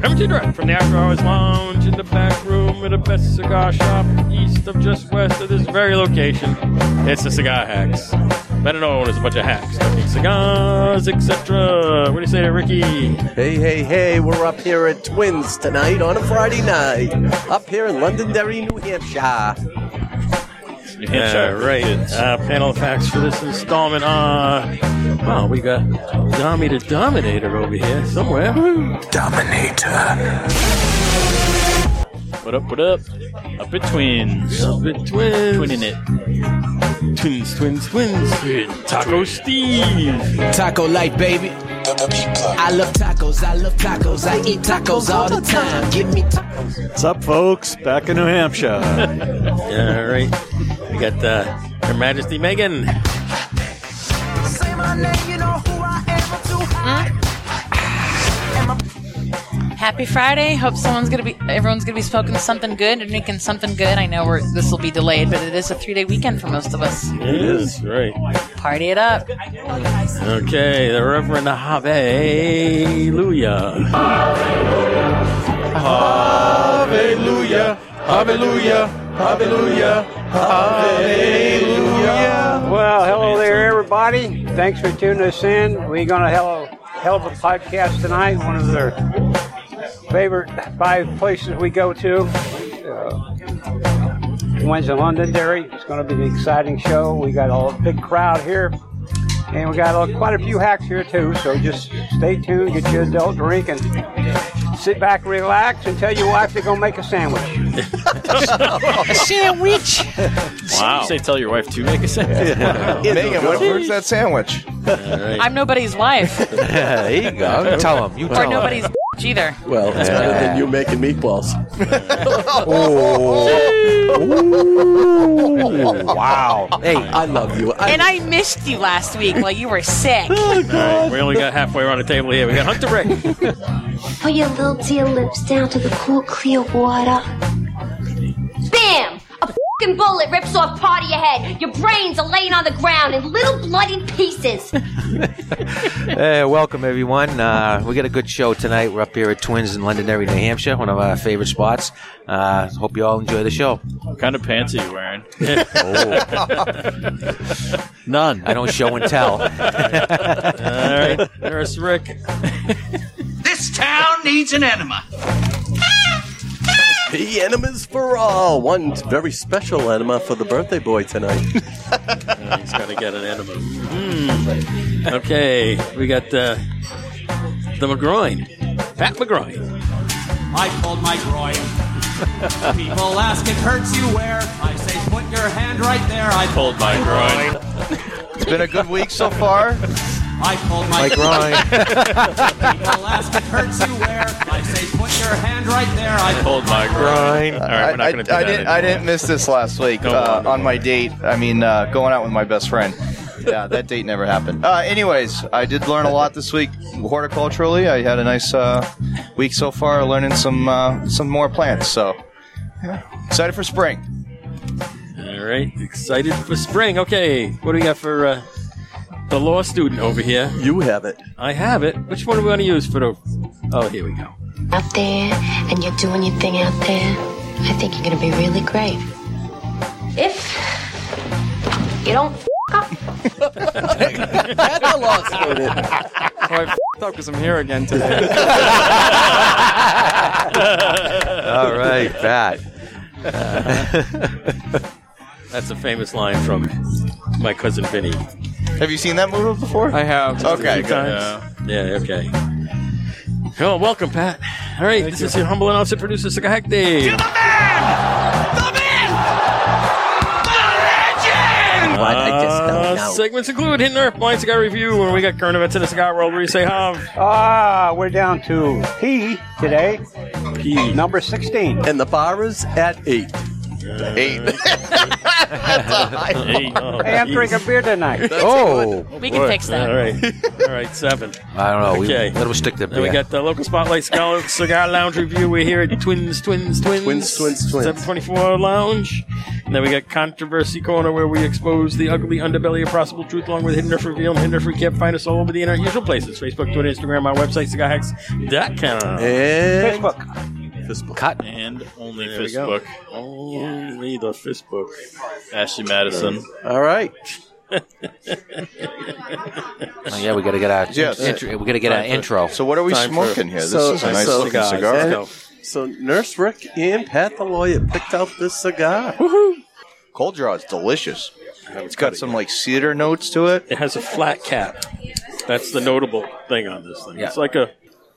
Coming to you direct from the After Hours Lounge in the back room of the best cigar shop east of just west of this very location. It's the Cigar Hacks. Better known as a bunch of hacks talking cigars, etc. What do you say to Ricky? Hey, hey, hey, we're up here at Twins tonight on a Friday night. Up here in Londonderry, New Hampshire. New Yeah, right. Uh, panel of facts for this installment are. Well, we got Dommy the Dominator over here somewhere. Dominator. What up, what up? Up at Twins. The twins. Twinning it. Twins, twins, twins. Taco Steve. Taco life, baby. I love tacos, I love tacos, I eat tacos all the time. Give me tacos. What's up, folks? Back in New All Hampshire. right. We got uh, Her Majesty Megan. Say my name, you know who I am. I'm too high. Happy Friday. Hope someone's gonna be everyone's gonna be smoking something good and drinking something good. I know we're, this will be delayed, but it is a three day weekend for most of us. It is. Right. Party it up. Okay, the Reverend Hallelujah. Hallelujah. Hallelujah. Hallelujah. Hallelujah. Well, hello there, everybody. Thanks for tuning us in. We're going to have a hell of a podcast tonight. One of their favorite five places we go to. Uh, one's in Londonderry. It's going to be an exciting show. We got a big crowd here. And we got a, quite a few hacks here, too. So just stay tuned, get your adult drink, and sit back, relax, and tell your wife to go make a sandwich. A sandwich. Wow. Say tell your wife to make a sandwich. Megan, what, where's that sandwich? I'm nobody's wife there you go. Tell him. You or nobody's bitch either. Well, it's better than you making meatballs. Oh. Wow. Hey, I love you. I, And I missed you last week while you were sick. All right, we only got halfway around the table here. We got Hunter Rick. Put your little dear lips down to the cool, clear water. Bam! A fing bullet rips off part of your head. Your brains are laying on the ground in little bloody pieces. Hey, welcome, everyone. Uh, we got a good show tonight. We're up here at Twins in Londonderry, New Hampshire, one of our favorite spots. Uh, hope you all enjoy the show. what kind of pants are you wearing? Oh. None. I don't show and tell. All right, there's Rick. This town needs an enema. the enemas for all. One very special enema for the birthday boy tonight. Oh, He's got to get an enema. Mm. Okay, we got uh, the McGroin. Pat McGroin. I pulled my groin. People ask it hurts you where. I say put your hand right there. I pulled my groin. It's been a good week so far. I pulled my Like Ryan. People ask it hurts you where. I say put your hand right there. I pulled my Ryan. All right, we're I- not going to do I- I that didn't- anymore. I didn't. Missed this last week uh, on my date. I mean, uh, going out with my best friend. Yeah, that date never happened. Uh, anyways, I did learn a lot this week horticulturally. I had a nice uh, week so far, learning some uh, some more plants. So yeah, excited for spring. All right, excited for spring. Okay, what do we got for uh, the law student over here? You have it. I have it. Which one do we want to use for the? Oh, here we go. Out there, and you're doing your thing out there. I think you're gonna be really great. If you don't That's a law student. Oh, I f***ed up because I'm here again today. All right, Pat. That's a famous line from my cousin Vinny. Have you seen that movie before? I have. Okay, good. Yeah. Yeah, okay. Well, welcome, Pat. All right, this is your humble announcer, producer, Cigar Hack Dave. Oh, What? I just Uh, don't know. segments include Hidden Earth, Blind Cigar Review, when we got current events in the cigar world, where you say, hum. Ah, we're down to P today, P. number 16. and the bar is at 8. Eight. Eight. Hey, I'm drinking beer tonight. Oh, We can fix that. All right, all right, seven. I don't know. We- Okay. let him stick to Then we beer. got the local spotlight cigar, cigar lounge review. We're here at Twins, Twins, Twins, Twins, Twins, Twins. Seven Twenty Four Lounge. And then we got controversy corner where we expose the ugly underbelly of possible truth, along with hidden or reveal and hidden or can't find us all over the internet. Usual places: Facebook, Twitter, Instagram, our website, cigarhacks.com. And Facebook. Cotton. And only There we go. Facebook. Only the Facebook. Ashley Madison. All right. Oh, yeah, we got to get our Yes. intro, we got to get our Time for- intro. So what are we Time for- smoking here? This is a nice looking cigar. and- Let's so Nurse Rick and Pat the lawyer picked out this cigar. Cold draw is delicious. It's got some like cedar notes to it. It has a flat cap. That's the notable thing on this thing. Yeah. It's like a,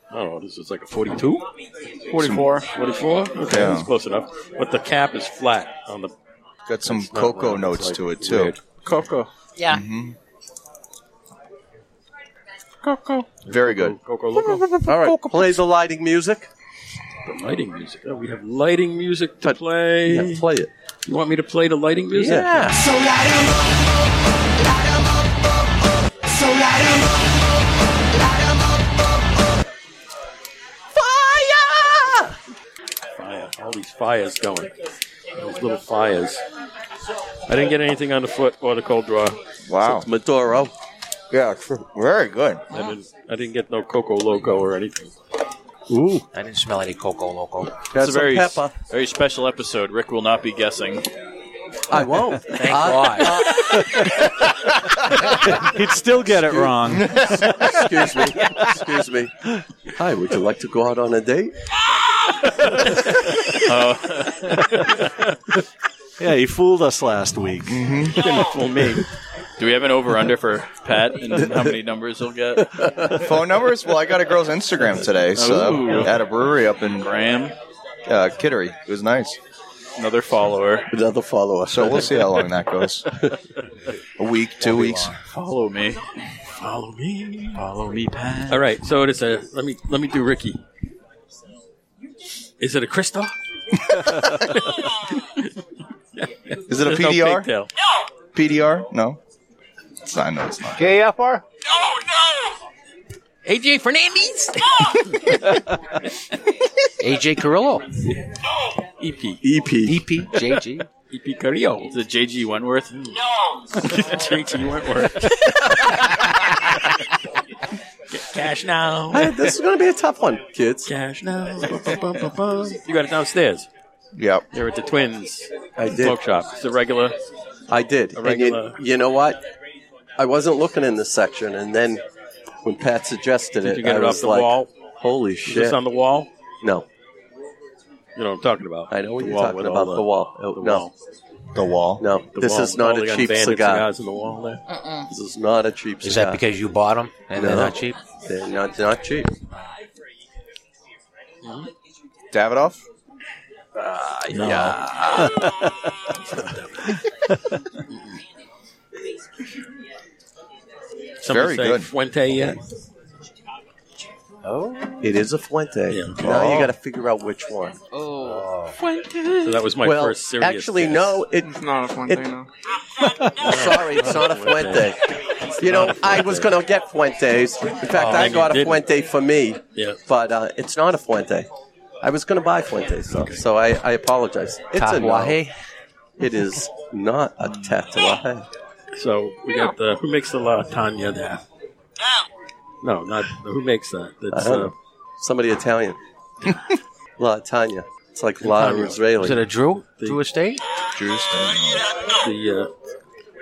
I don't know, this is like a 42? 44. 44? Okay, Yeah. that's close enough. But the cap is flat on the. Got some it's not cocoa round, notes it's like to it too. Mm-hmm. weird. Cocoa. Yeah. Cocoa. Very good. Cocoa loco. All right, play the lighting music. The lighting music. Oh, we have lighting music to play. Yeah, play it. You want me to play the lighting music? Yeah. So light 'em up. Light 'em up. So light 'em up. Light 'em up. Fire! Fire. All these fires going. Those little fires. I didn't get anything on the foot or the cold draw. Wow. Since Maduro. Yeah, very good. I didn't, I didn't get no Coco Loco or anything. Ooh. I didn't smell any Coco Loco. It's a very, very special episode. Rick will not be guessing. I won't. Thank God. He'd still get it wrong. Excuse me. Excuse me. Hi, would you like to go out on a date? yeah, he fooled us last week. Didn't Mm-hmm. fool me. Do we have an over under for Pat and how many numbers he'll get? Phone numbers? Well, I got a girl's Instagram today. So Ooh. at a brewery up in Graham, uh, Kittery. It was nice. Another follower. Another follow-up. So we'll see how long that goes. A week, two weeks. Follow me. Follow me. Follow me, Pat. All right, so it is a. Let me let me do Ricky. Is it a crystal? Is it a There's no PDR? pigtail. PDR? No. It's not, no, it's not. JFR? Oh, AJ Fernandez. AJ Carrillo. EP. E EP. E EP. JG. EP E Carrillo. Is it JG Wentworth? No. JT Wentworth. Get cash now. Hey, this is going to be a tough one, kids. Cash now. Ba-ba-ba-ba-ba. You got it downstairs. Yep. You're at the Twins I did. Smoke Shop. It's a regular. I did. A And you, regular- you know what? I wasn't looking in this section, and then when Pat suggested Did it, you get I it was off the like, wall? "Holy Is shit!" this on the wall? no, You know what I'm talking about. I know what The you're wall talking with all about. The, wall. Oh, no, wall. The wall. no, The this wall is with not all the a cheap unbanned cigar. Cigars in the wall there. This is not a cheap Is cigar. that because you bought them and they're No. not cheap? they're not, they're not cheap? Davidoff? Ah, Yeah. Someone Very say good. Fuente yet? it is a Fuente. Yeah. Oh. Now Oh. you got to figure out which one. So that was my well, first serious. actually, guess. no. It, It's not a fun It- thing, though. Oh. sorry, it's not a Fuente. You know, I was going to get Fuentes. In fact, I then Oh, you got a didn't. Fuente for me. Yeah. but uh, it's not a Fuente. I was going to buy Fuentes, though, so I, I apologize. It's a no. Tatuaje? It is not a tatuaje. So we got the who makes the La Tanya there? No, not who makes that. I That's don't uh, know. Somebody Italian. La Tanya. It's like La Tanya. Is it Israeli. a Drew? Drew Estate? the uh,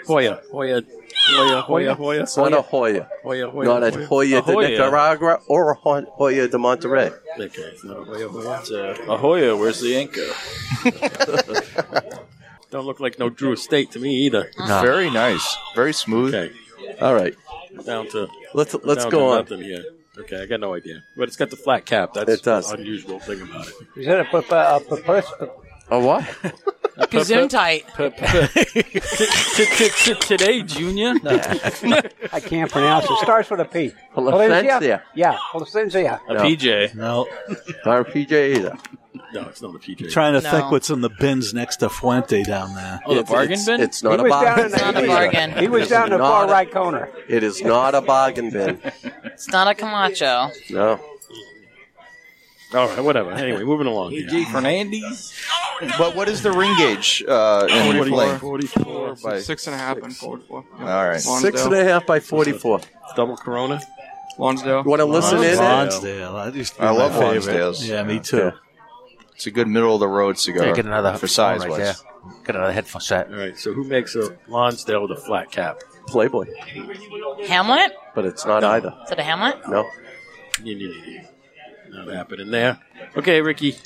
Hoya, Hoya, Hoya, Hoya, Hoya, It's not a Hoya. Hoya, Hoya, Not a Hoya de Ahoya. Nicaragua or a Ho- Hoya de Monterrey. Okay, it's not a Hoya, Hoya. It's, uh, Ahoya, where's the Inca? Don't look like no Drew Estate to me either. Very nice. Very smooth. Okay, All right. down to Let's let's down go to on. Nothing here. Okay, I got no idea, but it's got the flat cap. That's It does. the unusual thing about it. Is that a papa? uh, A papa? A what? Gesundheit. Today, Junior. I can't pronounce it. Starts with a P. Placencia. Yeah, Placencia. A PJ. No. Not a PJ either. No, it's not a PJ. Trying to think what's in the bins next to Fuente down there. Oh, the It's- bargain it's- bin? it's not He a was bargain. down in the- It's not a bargain. He was It's down in the not far a- right corner. It is not a bargain bin. It's not a Camacho. No. All right, whatever. Anyway, moving along. AJ Fernandez. But what is the ring gauge uh, in 44. play? 44 by six and a half and 44. All right. Six and a half by 44. Double Corona. Lonsdale. You want to listen in? Lonsdale. That used to be I my love favorite. Lonsdales. Yeah, me too. It's a good middle of the road cigar. Yeah, get another for size phone right wise. Got another headphone set. All right, so who makes a Lonsdale with a flat cap? Playboy. Hamlet? But it's not either. Is it a Hamlet? No. Not happening there. Okay, Ricky.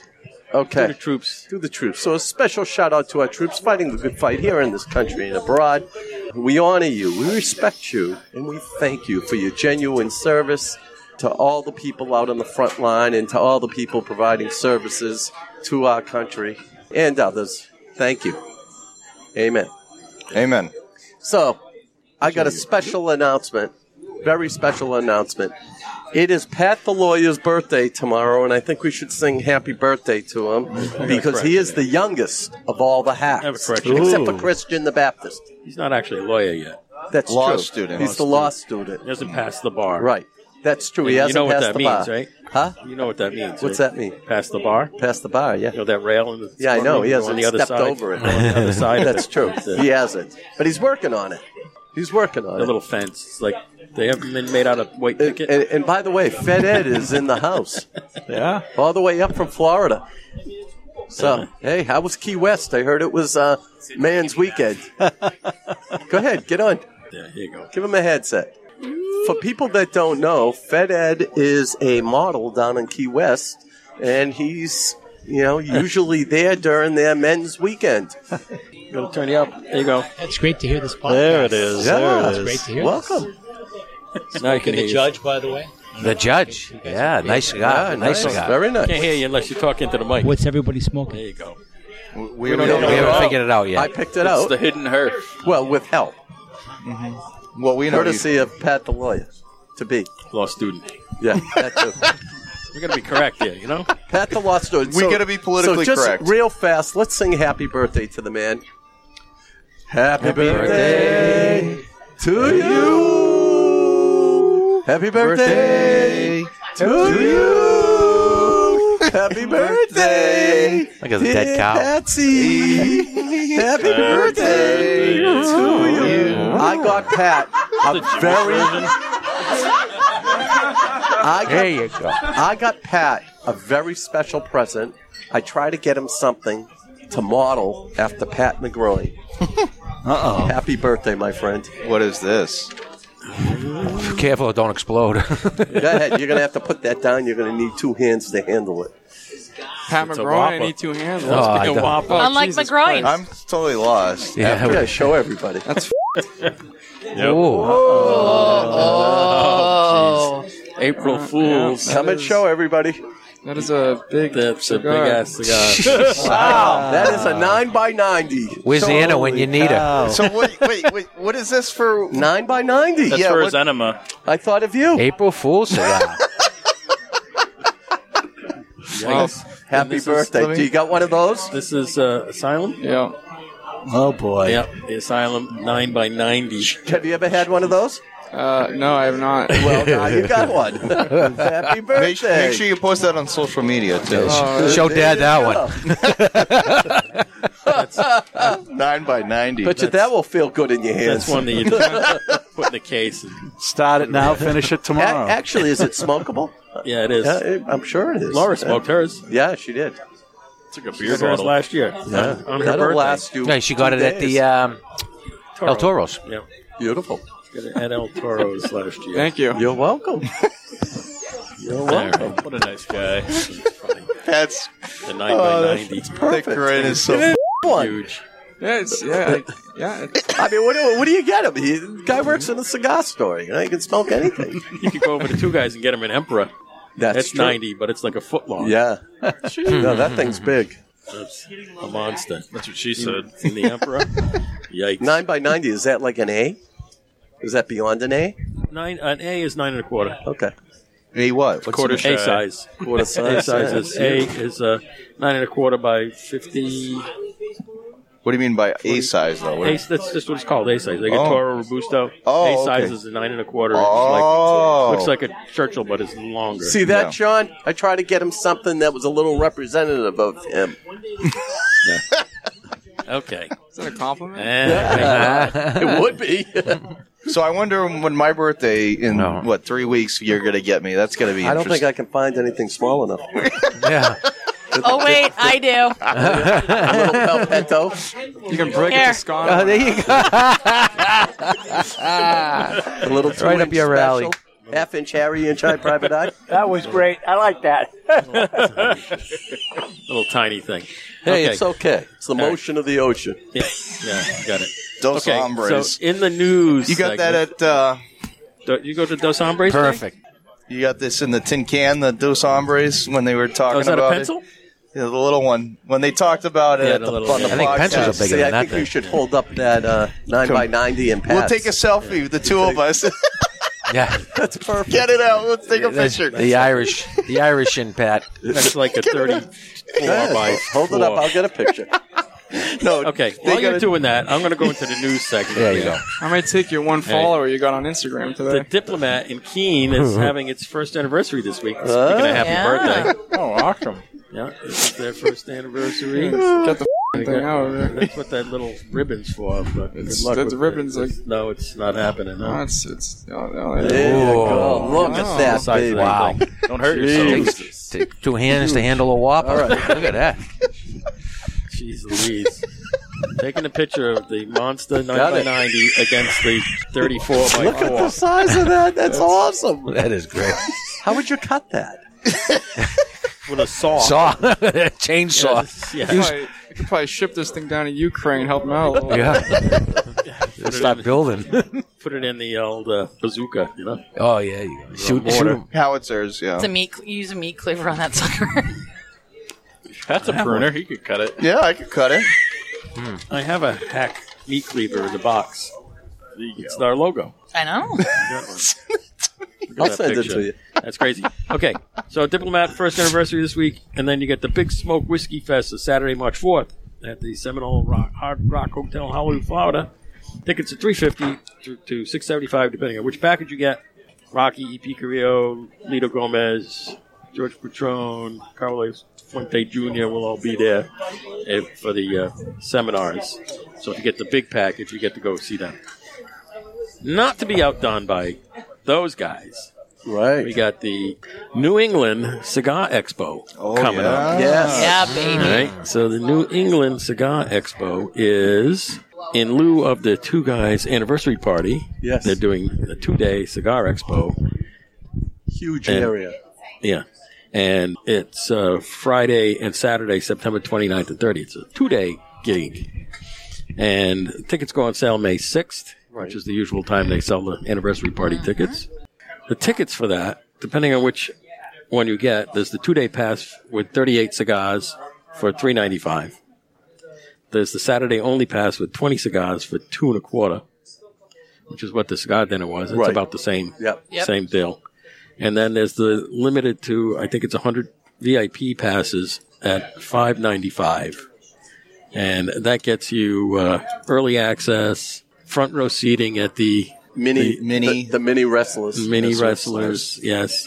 Okay. To the troops. To the troops. So a special shout out to our troops fighting the good fight here in this country and abroad. We honor you, we respect you, and we thank you for your genuine service to all the people out on the front line and to all the people providing services to our country and others. Thank you. Amen. Amen. So, I got a special announcement. Very special announcement. It is Pat the lawyer's birthday tomorrow, and I think we should sing happy birthday to him because he is the youngest of all the hacks, correction. except for Ooh. Christian the Baptist. He's not actually a lawyer yet. That's Law true. student. He's the law student. He hasn't passed the bar. Right. That's true. And He you hasn't know what passed that the means, bar. right? Huh? You know what that means. What's right? that mean? Past the bar. Past the bar. Yeah. You know that rail. In the Yeah, I know. He He's hasn't on the other stepped side. over it. On the other side. of That's it. true. It's a- He hasn't, but he's working on it. He's working on The it. little fence. It's like they haven't been made out of white And, picket. Uh, and- and by the way, Fed Ed is in the house. Yeah. All the way up from Florida. So, hey, how was Key West? I heard it was uh, man's weekend. Go ahead, get on. Yeah, here you go. Give him a headset. For people that don't know, Fed Ed is a model down in Key West, and he's, you know, usually there during their men's weekend. Gonna turn you up. There you go. It's great to hear this podcast. There it is, Yeah. there it It's is. great to hear. Welcome. This. Now I Now can hear the you. judge, by the way. The judge. Yeah, nice cigar. nice cigar. Can't hear you unless you talk into the mic. What's everybody smoking? There you go. We, we don't- we haven't figured it out yet. I picked it It's out. the hidden herb. Well, with help. Mm-hmm. Well, we know courtesy of Pat the lawyer to be law student. Yeah, that too. We gotta be correct here. You know. Pat the law student. We gotta be politically so just correct. Real fast, let's sing "Happy Birthday" to the man. Happy, birthday, to you. Happy birthday, to you. Happy birthday. Look at the dead cow. Patsy. Happy birthday to you. I got Pat a very I got, There you go. I got Pat a very special present. I try to get him something to model after Pat McGroy. Uh-oh. Happy birthday, my friend. What is this? Careful, it don't explode. Go ahead. You're going to have to put that down. You're going to need two hands to handle it. Pat It's a McGraw, I whopper. need two hands. Oh, Oh, I don't- Unlike McGroin. I'm totally lost. Yeah, After- we gotta show everybody. That's. Oh, April Fools. Uh, Come and show everybody. That is a big. That's a big ass cigar. wow. That is a 9 by 90 Where's Anna when you need her? So wait, wait, wait. What is this for? 9 by 90 That's Yeah, for his what- enema. I thought of you. April Fool's cigar. And Happy this is- birthday. Do you got one of those? This is uh, Asylum. Yeah. Oh boy. Yep. The Asylum nine by ninety. Have you ever had one of those? Uh, no, I have not. Well, now you got one. Happy birthday. Make, make sure you post that on social media too. Oh, Show there Dad that one. Nine by ninety. But you- that will feel good in your hands. That's one that you put in the case. And, Start it now, finish it tomorrow. A- actually, is it smokable? yeah, it is. Yeah, it- I'm sure it is. Laura smoked hers. Yeah, she did. Took a beer beer bottle. last year. Yeah. On her That'll birthday. last you. Yeah, she got two it at the days. um, El Toros. Yeah. Beautiful. Got it At El Toro's last year. Thank you. You're welcome. You're welcome. What a nice guy. Oh, That's the nine Oh, by that's ninety. perfect. Thick grin is so huge. Yeah, it's, yeah, I- yeah. I mean, what do, what do you get him? He, the guy works in a cigar store. You know, he can smoke anything. You could go over to two guys and get him an Emperor. That's That's true. ninety, but it's like a foot long. Yeah. no, that thing's big. That's a monster. That's what she said. In the Emperor. Yikes. Nine by ninety. Is that like an A? Is that beyond an A? uh, Nine. An A is nine and a quarter. Okay. A what? What's quarter the- A size. Quarter A size. size is A Yeah. is uh, nine and a quarter by fifty. What do you mean by A size though? What- A, that's just what it's called. A size. Like a Oh. Toro Robusto. Oh, A size okay. is a nine and a quarter. Oh. It's like, looks like a Churchill, but it's longer. See that, John? I tried to get him something that was a little representative of him. okay. Eh, Is that a compliment? it would be. so I wonder when my birthday in what three weeks you're gonna get me. That's gonna be. I don't think interesting. I can find anything small enough. yeah. Oh wait, I do. You can break it to Here. scone. Oh, there you go. a little Right up two-inch your alley. special. Half inch Harry, inch high private eye. That was great. I like that. Little tiny thing. Hey, it's okay. It's the All right. motion of the ocean. Yeah, yeah, got it. Dos okay, Hombres. So in the news, You got segment- that at. Uh, Do- you go to Dos Hombres. thing? You got this in the tin can, the Dos Hombres, when they were talking Oh, is that a about pencil? it. Yeah, the little one. When they talked about it Yeah, at the the, little- on the I think podcast. pencils are bigger See, than I that think thing. you should hold up that uh, nine by ninety and We'll pass. take a selfie, the two of us. Yeah. That's perfect. Get it out. Let's take a That's picture. The Irish, the Irish in Pat. That's like a thirty-four Yeah, by. hold it up. four. I'll get a picture. no. Okay. While you're doing that, I'm going to go into the news segment. There you go. I might take your one Hey. follower you got on Instagram The today. diplomat in Keene is Mhm. having its first anniversary this week. Speaking of happy yeah. birthday. Oh, awesome. Yeah, this is their first anniversary. Get the f***ing thing out of there. That's what that little ribbon's for. But It's- good luck the with ribbon's it. like- It's- no, it's not happening. No, No, it's- it's- oh, no, Yeah. there you go. Oh, Look no. at that, Size of baby. that Wow. thing. Don't hurt yourself. Takes t- two hands to handle a whopper. All right. Look at that. Jeez Louise. Taking a picture of the monster 9 Got by it. 90 against the 34 by 4. Look at the size of that. That's awesome. That is great. How would you cut that? With a saw. Saw. Chainsaw. Yeah. You could probably- you could probably ship this thing down to Ukraine, help them out. A Oh, little. Put it Stop in- building. Put it in the old uh, bazooka, you know? oh yeah, you go. shoot, mortar. shoot 'em. Howitzers, yeah. It's a meat. You use a meat cleaver on that sucker. That's a pruner. He could cut it. Yeah, I could cut it. Hmm. I have a hack meat cleaver in the box. It's our logo. I know. Look at I'll that send it picture. to you. That's crazy. Okay, so Diplomat first anniversary this week, and then you get the Big Smoke Whiskey Fest is Saturday, March fourth, at the Seminole Rock, Hard Rock Hotel, Honolulu, Florida. Tickets are three fifty to, to six seventy five, depending on which package you get. Rocky, E.P. Carrillo, Lito Gomez, George Patron, Carlos Fuente Jr. will all be there eh, for the uh, seminars. So if you get the big package, you get to go see them. Not to be outdone by those guys. Right. We got the New England Cigar Expo Oh, coming up. Yes. Yeah, baby. All right. So the New England Cigar Expo is in lieu of the two guys anniversary party. Yes. They're doing a two day cigar expo. Huge And- area. Yeah. And it's uh, Friday and Saturday, September 29th and 30th. It's a two day gig. And tickets go on sale May 6th, which is the usual time they sell the anniversary party tickets. The tickets for that, depending on which one you get, there's the two day pass with 38 cigars for 395 There's the Saturday only pass with 20 cigars for two and a quarter, which is what the cigar dinner was. It's Right. about the same Yep. Yep. same deal. And then there's the limited to I think it's 100 VIP passes at 595 and that gets you uh, early access, front row seating at the Mini, the- the, the mini wrestlers. mini wrestlers, yes.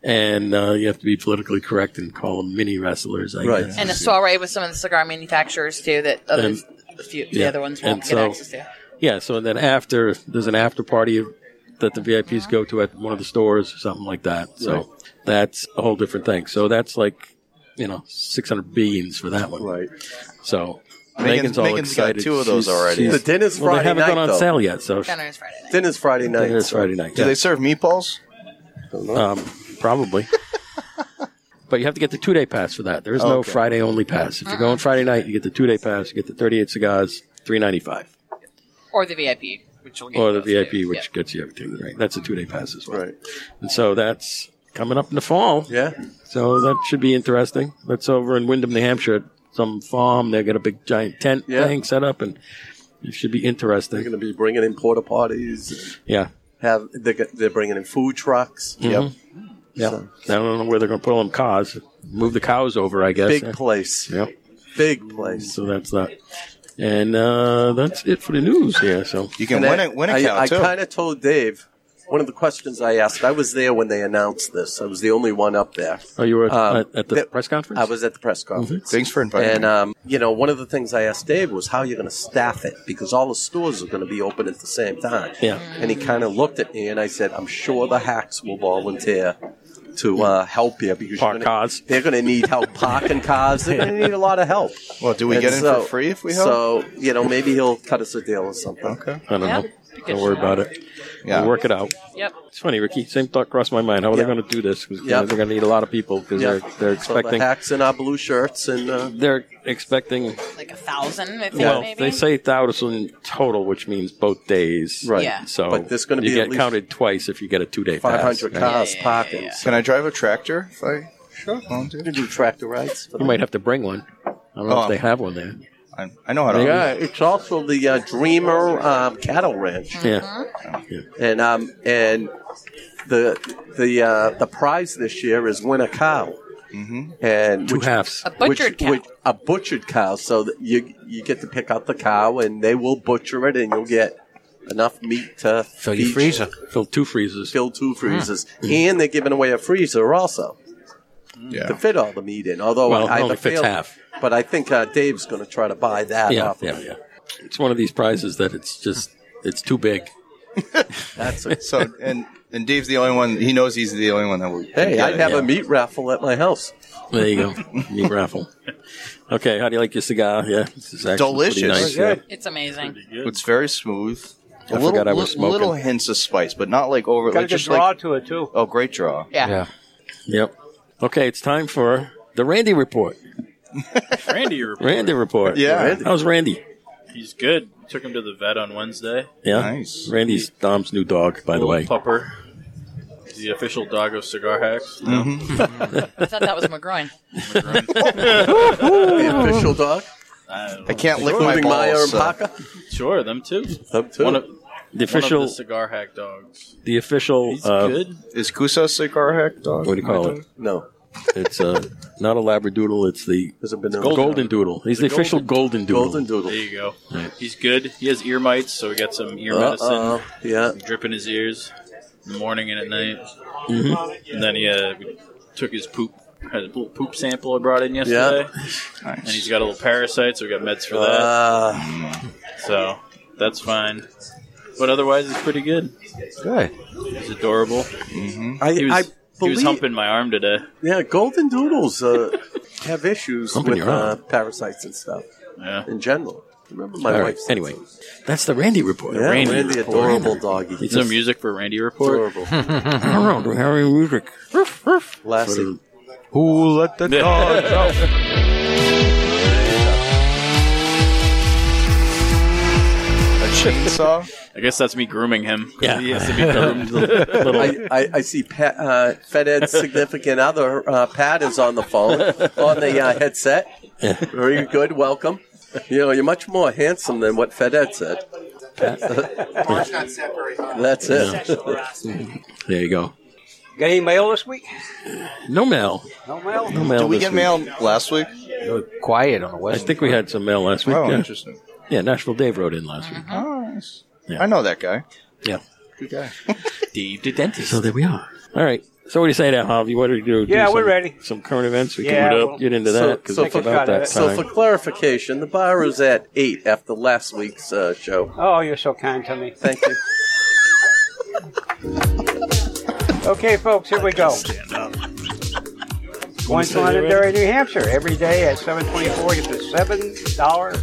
And uh, you have to be politically correct and call them mini wrestlers, I Right. guess. and a soiree with some of the cigar manufacturers too. That others, And- a few, the yeah. other ones And won't get so- access to. Yeah, so then after there's an after party that the VIPs go to at one of the stores or something like that. So Right. that's a whole different thing. So that's like, you know, 600 beans for that one. Right. So Megan's- Megan's all Megan's got excited. two of those already. The dinner's well, Friday They haven't night, gone on though. sale yet, so Dinner's Friday. Dinner's Friday night. Dinner's Friday night. Do yeah. they serve meatballs? Um, probably. but you have to get the two day pass for that. There is no Okay. Friday only pass. If you Uh-huh. go on Friday night, you get the two day pass. You get the thirty eight cigars, three ninety five, Or the VIP, which will get or the those VIP, too. which gets you everything. Right, that's a two day pass as well. Right, and so that's coming up in the fall. Yeah. So that should be interesting. That's over in Windham, New Hampshire, at some farm. They got a big giant tent Yeah. thing set up, and it should be They're interesting. going to be bringing in porta potties. Yeah. Have they're, g- they're bringing in food trucks. Mhm. Yeah. I don't know where they're going to put all them cows. Move the cows over, I guess. Big place. Yep. Big place. So that's that. And uh, that's it for the news here. So And I- I, I kind of told Dave one of the questions I asked. I was there when they announced this. I was the only one up there. Oh, you were Um, at, at the that- press conference. I was at the press conference. Thanks for inviting And me. um, you know, one of the things I asked Dave was how you're going to staff it because all the stores are going to be open at the same time. Yeah. And he kind of looked at me and I said, "I'm sure the hacks will volunteer." To uh, help you because Park cars. they're going to need help parking cars. They're going to need a lot of help. Well, do we And get in so- for free if we help? So you know, maybe he'll cut us a deal or something. Okay. I don't know. Don't worry about it. Yeah. We'll work it out. Yep. It's funny, Ricky. Same thought crossed my mind. How are Yeah. they going to do this? Because Yeah. they're going to need a lot of people because Yeah. they're, they're So the expecting. hacks in our blue shirts and uh, they're expecting like a thousand. I think, Well, maybe. they say thousand total, which means both days. Right. Yeah. So But there's gonna you be get at least counted twice if you get a two day. 500 cars parking. Can I drive a tractor? If I sure. You do tractor rides. for You that. might have to bring one. I don't know Oh. if they have one there. I, I know how to. Yeah, it's also the uh, Dreamer um, Cattle Ranch. Yeah. and um and the the uh, the prize this year is win a cow. Mm-hmm. And Two which, halves. A butchered cow. a butchered cow. So that you you get to pick out the cow, and they will butcher it, and you'll get enough meat to Fill your freezer. Fill two freezers. Hmm. Fill two freezers, and they're giving away a freezer also to fit all the meat in. Although Well, it I, I only fits feel- half. But I think uh, Dave's going to try to buy that. yeah, off of yeah, me. yeah. It's one of these prizes that it's just it's too big. That's it. so. And and Dave's the only one. He knows he's the only one that will. Hey, get I'd it. have a meat raffle at my house. There you go, meat raffle. Okay, how do you like your cigar? Yeah, this is actually pretty Delicious. Nice. yeah. It's amazing. It's very smooth. I forgot I was smoking. Little hints of spice, but not like over. Got a like, good just draw like, to it too. Oh, great draw. Yeah. Yep. Okay, it's time for the Randy report. Randy, your report. Randy report. Yeah. Randy. How's Randy? he's good. Took him to the vet on Wednesday. Yeah. Randy's Dom's new dog, by the Little way. pupper. He's the official dog of Cigar Hacks. Mm-hmm. I thought that was McGroin. the official dog. I can't lick my Including balls. Maya and so- Paca? Sure, them too. Them too. One of, The official- one of the cigar hack dogs. The official. He's uh, good. Is Kusa a cigar hack dog? What do you call it? No. It's uh, not a labradoodle. It's the There's a banana. golden, doodle. He's the, The official golden doodle. doodle. There you go. He's good. He has ear mites, so we got some ear Uh-oh. medicine. Yeah. Drip in his ears in the morning and at night. Mhm. And then he uh, we took his poop. Had a little poop sample I brought in yesterday. And he's got a little parasite, so we got meds for that. Uh, So that's fine. But otherwise, it's pretty good. Good. He's adorable. Mm-hmm. I, He was, I he believe. was humping my arm today. yeah, golden doodles uh, have issues Humping with your arm. uh, parasites and stuff Yeah. in general. Remember my All right. wife? Anyway, that's the Randy report. Yeah, Randy, Randy adorable doggy. Is there music for Randy Report? adorable. I do music. Lassie. Who let the dogs out? A chainsaw? I guess that's me grooming him. 'cause Yeah. He has to be groomed. I, I, I see Pat, uh, Fed Ed's significant other, uh, Pat, is on the phone, on the uh, headset. Very good. Welcome. You know, you're much more handsome than what Fed Ed said. uh, That's it. There you go. Got any mail this week? No mail. No mail. No mail. Did we this get week. mail last week? Quiet on the I west. think we had some mail last week. Oh, yeah. interesting. yeah, Nashville Dave wrote in last week. Oh, nice. Yeah. I know that guy. Yeah. Good guy. Dave the dentist. So there we are. All right. So what do you say now, Harvey? What do you do? Yeah, do we're some, ready. Some current events. We Yeah, can well- get into So- that because so it's for- about that So, time. for clarification, the bar is at 8 after last week's uh, show. Oh, you're so kind to me. Thank you. Okay, folks, here we go. Going to Londonderry, New Hampshire, every day at 7:24. Get the seven dollar.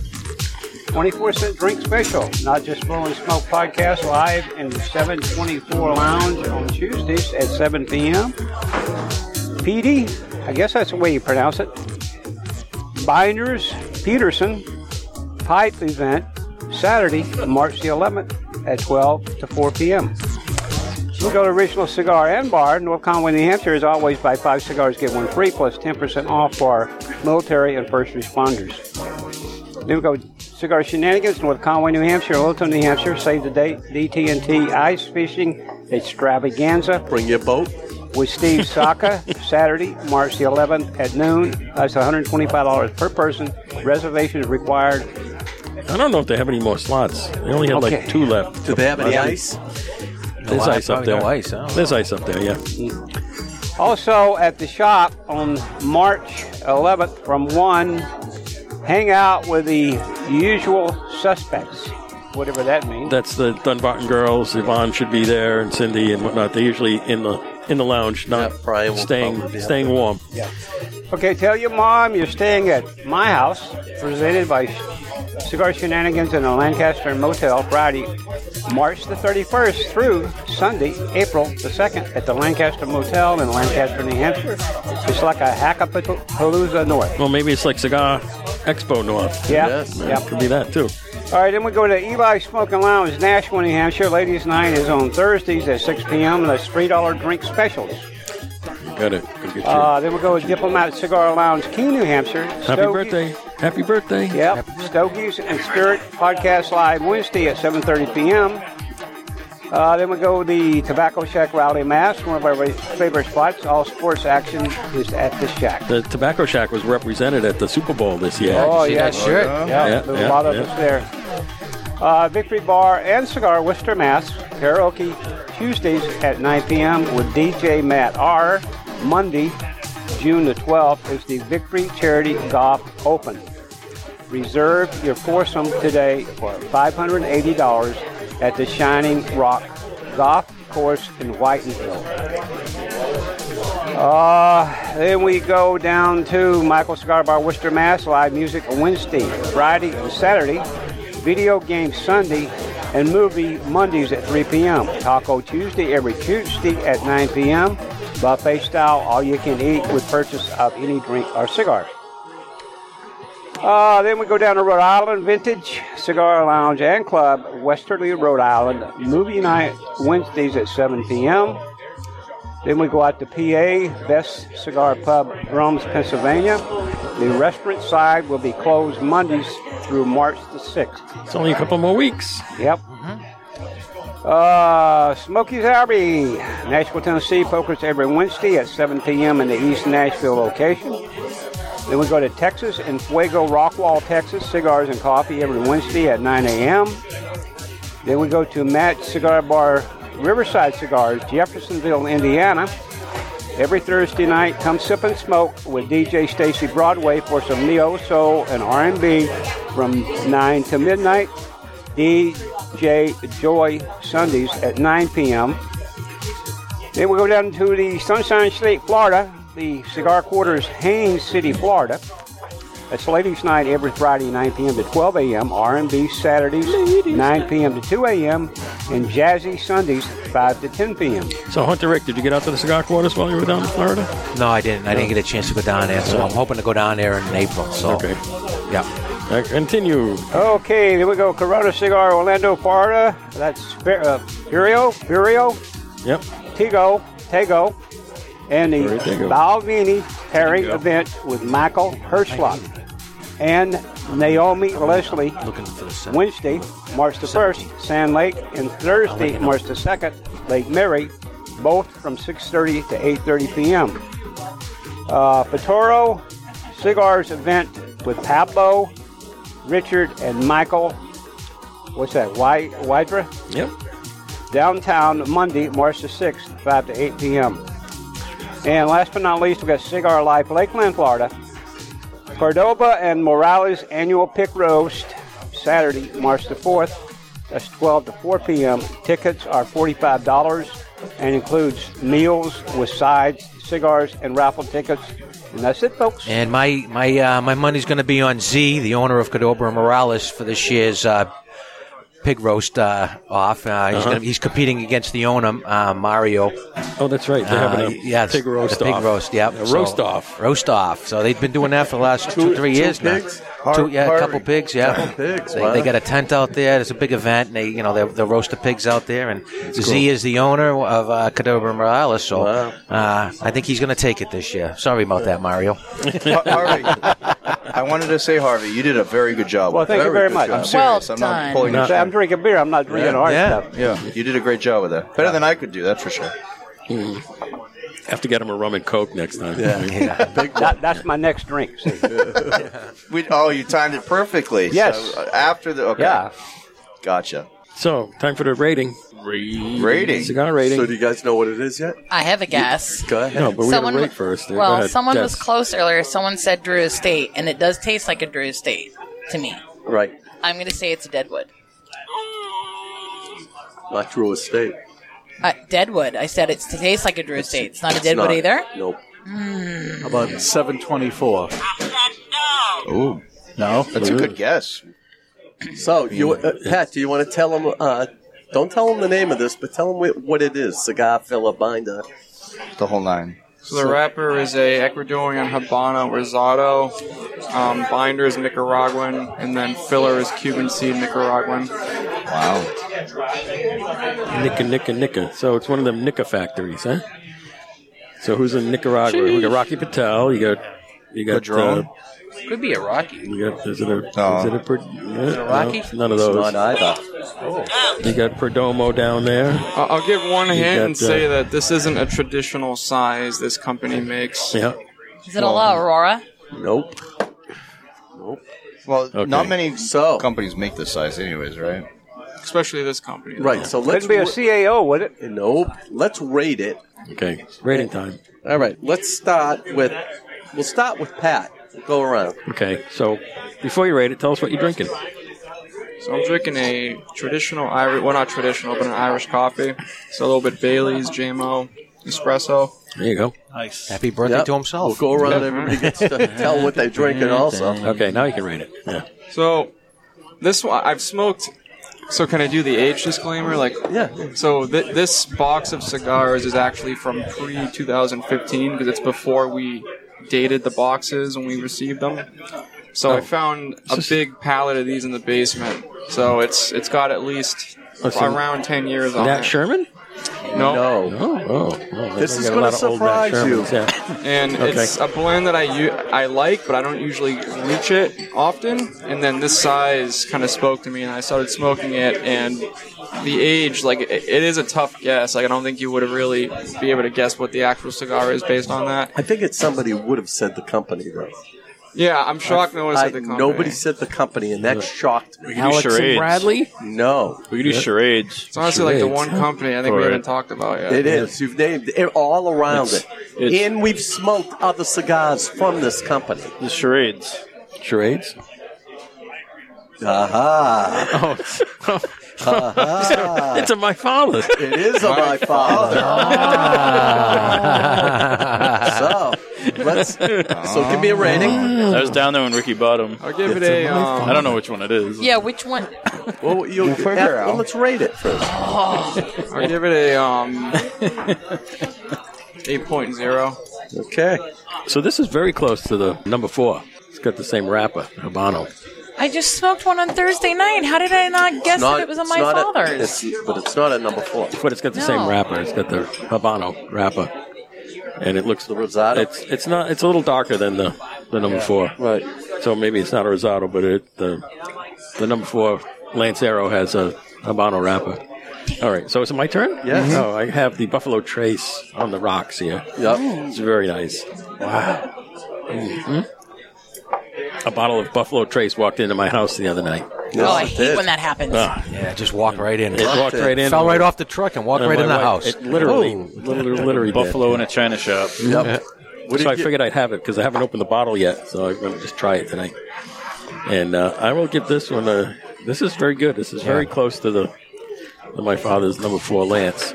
24 cent drink special, not just blowing smoke podcast live in the 724 lounge on Tuesdays at 7 p.m. PD, I guess that's the way you pronounce it. Binders Peterson Pipe event Saturday, March the 11th at 12 to 4 p.m. We go to Original Cigar and Bar, North Conway, New Hampshire. As always, buy five cigars, get one free, plus 10% off for our military and first responders. Then we go Cigar Shenanigans, North Conway, New Hampshire, Littleton, New Hampshire. Save the date, DT&T Ice Fishing Extravaganza. Bring your boat. with Steve Saka Saturday, March the 11th at noon. That's $125 per person. Reservation is required. I don't know if they have any more slots. They only had like Okay. two left. Do they have any ice? There's No, ice up probably there. no ice, huh? There's ice up there. Yeah. Also at the shop on March 11th from 1, hang out with the usual suspects, whatever that means. That's the Dunbarton girls. Yvonne should be there, and Cindy and whatnot. They're usually in the in the lounge, not will probably be staying up staying there. warm. Yeah. Okay, tell your mom you're staying at my house, presented by Cigar Shenanigans in the Lancaster Motel, Friday, March the 31st through Sunday, April the 2nd, at the Lancaster Motel in Lancaster, New Hampshire. It's like a Hackapalooza North. Well, maybe it's like Cigar Expo North. Yeah. Yes. Yeah, Yeah. Could be that too. All right, then we go to Eli Smoking Lounge, Nashua, New Hampshire. Ladies' Night is on Thursdays at 6 p.m. and it's $3 drink specials. Got it. Could get you. Uh, then we go to Diplomat Cigar Lounge, Keene, New Hampshire. Happy birthday. Happy birthday. Yep. Stogies and Spirit Podcast Live Wednesday at 7.30 p.m. Uh, then we go to the Tobacco Shack Rally Mass, one of our favorite spots. All sports action is at the shack. The Tobacco Shack was represented at the Super Bowl this year. Oh, yeah, sure. Yeah, there's a lot of yeah. us there. Uh, Victory Bar and Cigar Worcester, Mass. Karaoke Tuesdays at 9 p.m. with DJ Matt R. Monday, June the 12th, is the Victory Charity Golf Open. Reserve your foursome today for $580 at the Shining Rock Golf Course in Whitenville. Uh, then we go down to Michael Cigar Bar, Worcester, Mass. Live music Wednesday, Friday, and Saturday. Video game Sunday, and movie Mondays at 3 p.m. Taco Tuesday every Tuesday at 9 p.m. Buffet style, all you can eat with purchase of any drink or cigar. Uh, then we go down to Rhode Island Vintage Cigar Lounge and Club, Westerly, Rhode Island. Movie night Wednesdays at 7 p.m. Then we go out to PA, Best Cigar Pub, Drums, Pennsylvania. The restaurant side will be closed Mondays through March the 6th. It's only a couple more weeks. Yep. Uh, Smokey's Arby, Nashville, Tennessee, pokers every Wednesday at 7 p.m. in the East Nashville location. Then we go to Texas in Fuego, Rockwall, Texas, cigars and coffee every Wednesday at 9 a.m. Then we go to Matt Cigar Bar, Riverside Cigars, Jeffersonville, Indiana. Every Thursday night, come sip and smoke with DJ Stacy Broadway for some neo soul and R&B from 9 to midnight. DJ Joy Sundays at 9 p.m. Then we go down to the Sunshine State, Florida, the Cigar Quarters, Haines City, Florida. That's ladies' night every Friday, 9 p.m. to 12 a.m. R&B Saturdays, 9 p.m. to 2 a.m. and Jazzy Sundays, 5 to 10 p.m. So, Hunter Rick, did you get out to the cigar quarters while you were down in Florida? No, I didn't. I didn't get a chance to go down there, so I'm hoping to go down there in April. So, Okay. yeah. Uh, continue. Okay, there we go. Corona Cigar, Orlando, Florida. That's Fer- uh, Furio, Furio. Yep. Tego, Tego, and the Very Tego. Balvini pairing event with Michael Hirschlock and Naomi Leslie. Wednesday, March the first, Sand Lake, and Thursday, March the second, Lake Mary, both from 6:30 to 8:30 p.m. Uh, Patoro Cigars event with Pablo, Richard, and Michael. What's that? Wy- Wydra? Yep. Downtown Monday, March the 6th, 5 to 8 p.m. And last but not least, we got Cigar Life, Lakeland, Florida. Cordoba and Morales annual pick roast, Saturday, March the 4th. That's 12 to 4 p.m. Tickets are $45 and includes meals with sides, cigars, and raffle tickets. And that's it, folks. And my my uh, my money's going to be on Z, the owner of Cadobra Morales, for this year's uh, pig roast uh, off. Uh, he's, Uh-huh. gonna, he's competing against the owner uh, Mario. Oh, that's right. They're having a yeah, pig roast the Uh, pig off. roast. Yep, A roast off. Roast off. So they've been doing that for the last two, Two- three two years pigs? now. Har- two, yeah, a couple Harvey. pigs. Yeah, Couple pigs, They, wow. they got a tent out there. It's a big event. And they, you know, they they roast the pigs out there. And Z is the owner of uh, Cadobra Morales. So uh, I think he's going to take it this year. Sorry about that, Mario. Har- Harvey, I wanted to say, Harvey, you did a very good job. Well, thank you very good much. job. I'm serious. I'm not pulling your I'm drinking beer. I'm not drinking hard yeah. stuff. Yeah, you did a great job with that. Better than I could do, that's for sure. have to get him a rum and coke next time. That- that's my next drink. see. We, oh, you timed it perfectly. Yes. So, uh, after the okay. Yeah. Gotcha. So, time for the rating. Rating. Cigar rating. So, do you guys know what it is yet? I have a guess. Go ahead. No, but we Someone gotta rate w- first. There. Go Well, ahead. someone was Yes. close earlier. Someone said Drew Estate, and it does taste like a Drew Estate to me. Right. I'm going to say it's a Deadwood. Not Drew Estate. Uh, Deadwood. I said it's, it tastes like a Drew Estate. It's not a It's Deadwood not. either. Hmm. Nope. How about seven twenty-four? Ooh. No, That's a good guess. So, you, uh, Pat, do you want to tell them? Uh, don't tell them the name of this, but tell them wh- what it is. Cigar filler binder. The whole nine. So the wrapper is a Ecuadorian Habano risotto, um, binder is Nicaraguan, and then filler is Cuban seed Nicaraguan. Wow. Nicka, Nicka, Nicka. So it's one of them Nicka factories, huh? So who's in Nicaragua? We got Rocky Patel. You got you got Padron. uh, Could be a Rocky. you got is it a, No. is it a, Perd- it a Rocky? No, none of those. It's not either. You got Perdomo down there. I- I'll give one You hint got, and say uh, that this isn't a traditional size this company makes. Yeah. Is it a La Aurora? Nope. Nope. Well, not Okay. many companies make this size, anyways, right? Especially this company. Right. So let's be a CAO, would it? Nope. Let's rate it. Okay. Rating time. All right. Let's start with. We'll start with Pat. We'll go around. Okay. So before you rate it, tell us what you're drinking. So I'm drinking a traditional Irish, well not traditional, but an Irish coffee. So a little bit Bailey's, JMO, espresso. There you go. Nice. Happy birthday Yep. to himself. We'll go around, everybody gets to tell what they're drinking also. Okay. Now you can rate it. Yeah. So this one I've smoked. So can I do the age disclaimer? Like yeah. So th- this box of cigars is actually from pre 2015 because it's before we dated the boxes when we received them. So Oh. I found a big pallet of these in the basement. So it's it's got at least Listen. around 10 years on Nat it. Sherman? No. No. Oh, oh. This I is got a gonna lot of old Nat surprise you. Shermans, Yeah. and Okay. it's a blend that I u- I like, but I don't usually reach it often. And then this size kind of spoke to me, and I started smoking it. And the age, like it, it is a tough guess. Like I don't think you would have really be able to guess what the actual cigar is based on that. I think it's somebody who would have said the company though. Yeah, I'm shocked no one I- said the company. Nobody said the company, and that shocked me. We could do Alex and charades. Bradley? No. We could do charades. It's honestly like the one company I think we haven't talked about yet. It is. You've named it all around It's- it. and we've smoked other cigars from this company. The charades. Charades? Aha. Aha. it's a my father. Uh-huh. It is a my father. Ah. so let's. So give me a rating. I was down there when Ricky bought them. I'll give it a, um, I don't know which one it is. Yeah, which one? Well, you We'll figure well, out. let's rate it first. I'll give it a um. 8.0. Okay. So this is very close to the number four. It's got the same wrapper, Habano. I just smoked one on Thursday night. How did I not guess that it was on it's my not a- father's? it's- but it's not at number four. But it's got the same No. wrapper. It's got the Habano wrapper, and it looks the risotto. It's it's not. It's a little darker than the the number Yeah. four. Right. So maybe it's not a risotto, but it the the number four Lancero has a Habano wrapper. All right. So is it my turn? Yes. Oh, I have the Buffalo Trace on the rocks here. Yep. It's very nice. Wow. Mhm. A bottle of Buffalo Trace walked into my house the other night. oh, I hate when that happens. yeah, just walked right in. It walked right in. Fell right off the truck and walked And right my in the wife- house. It literally, Boom. literally, literally did. Buffalo in a china shop. Yep. What did so I you- figured I'd have it because I haven't opened the bottle yet, so I'm going to just try it tonight. And uh, I will give this one a. This is very good. This is very close to the to my father's number four Lance,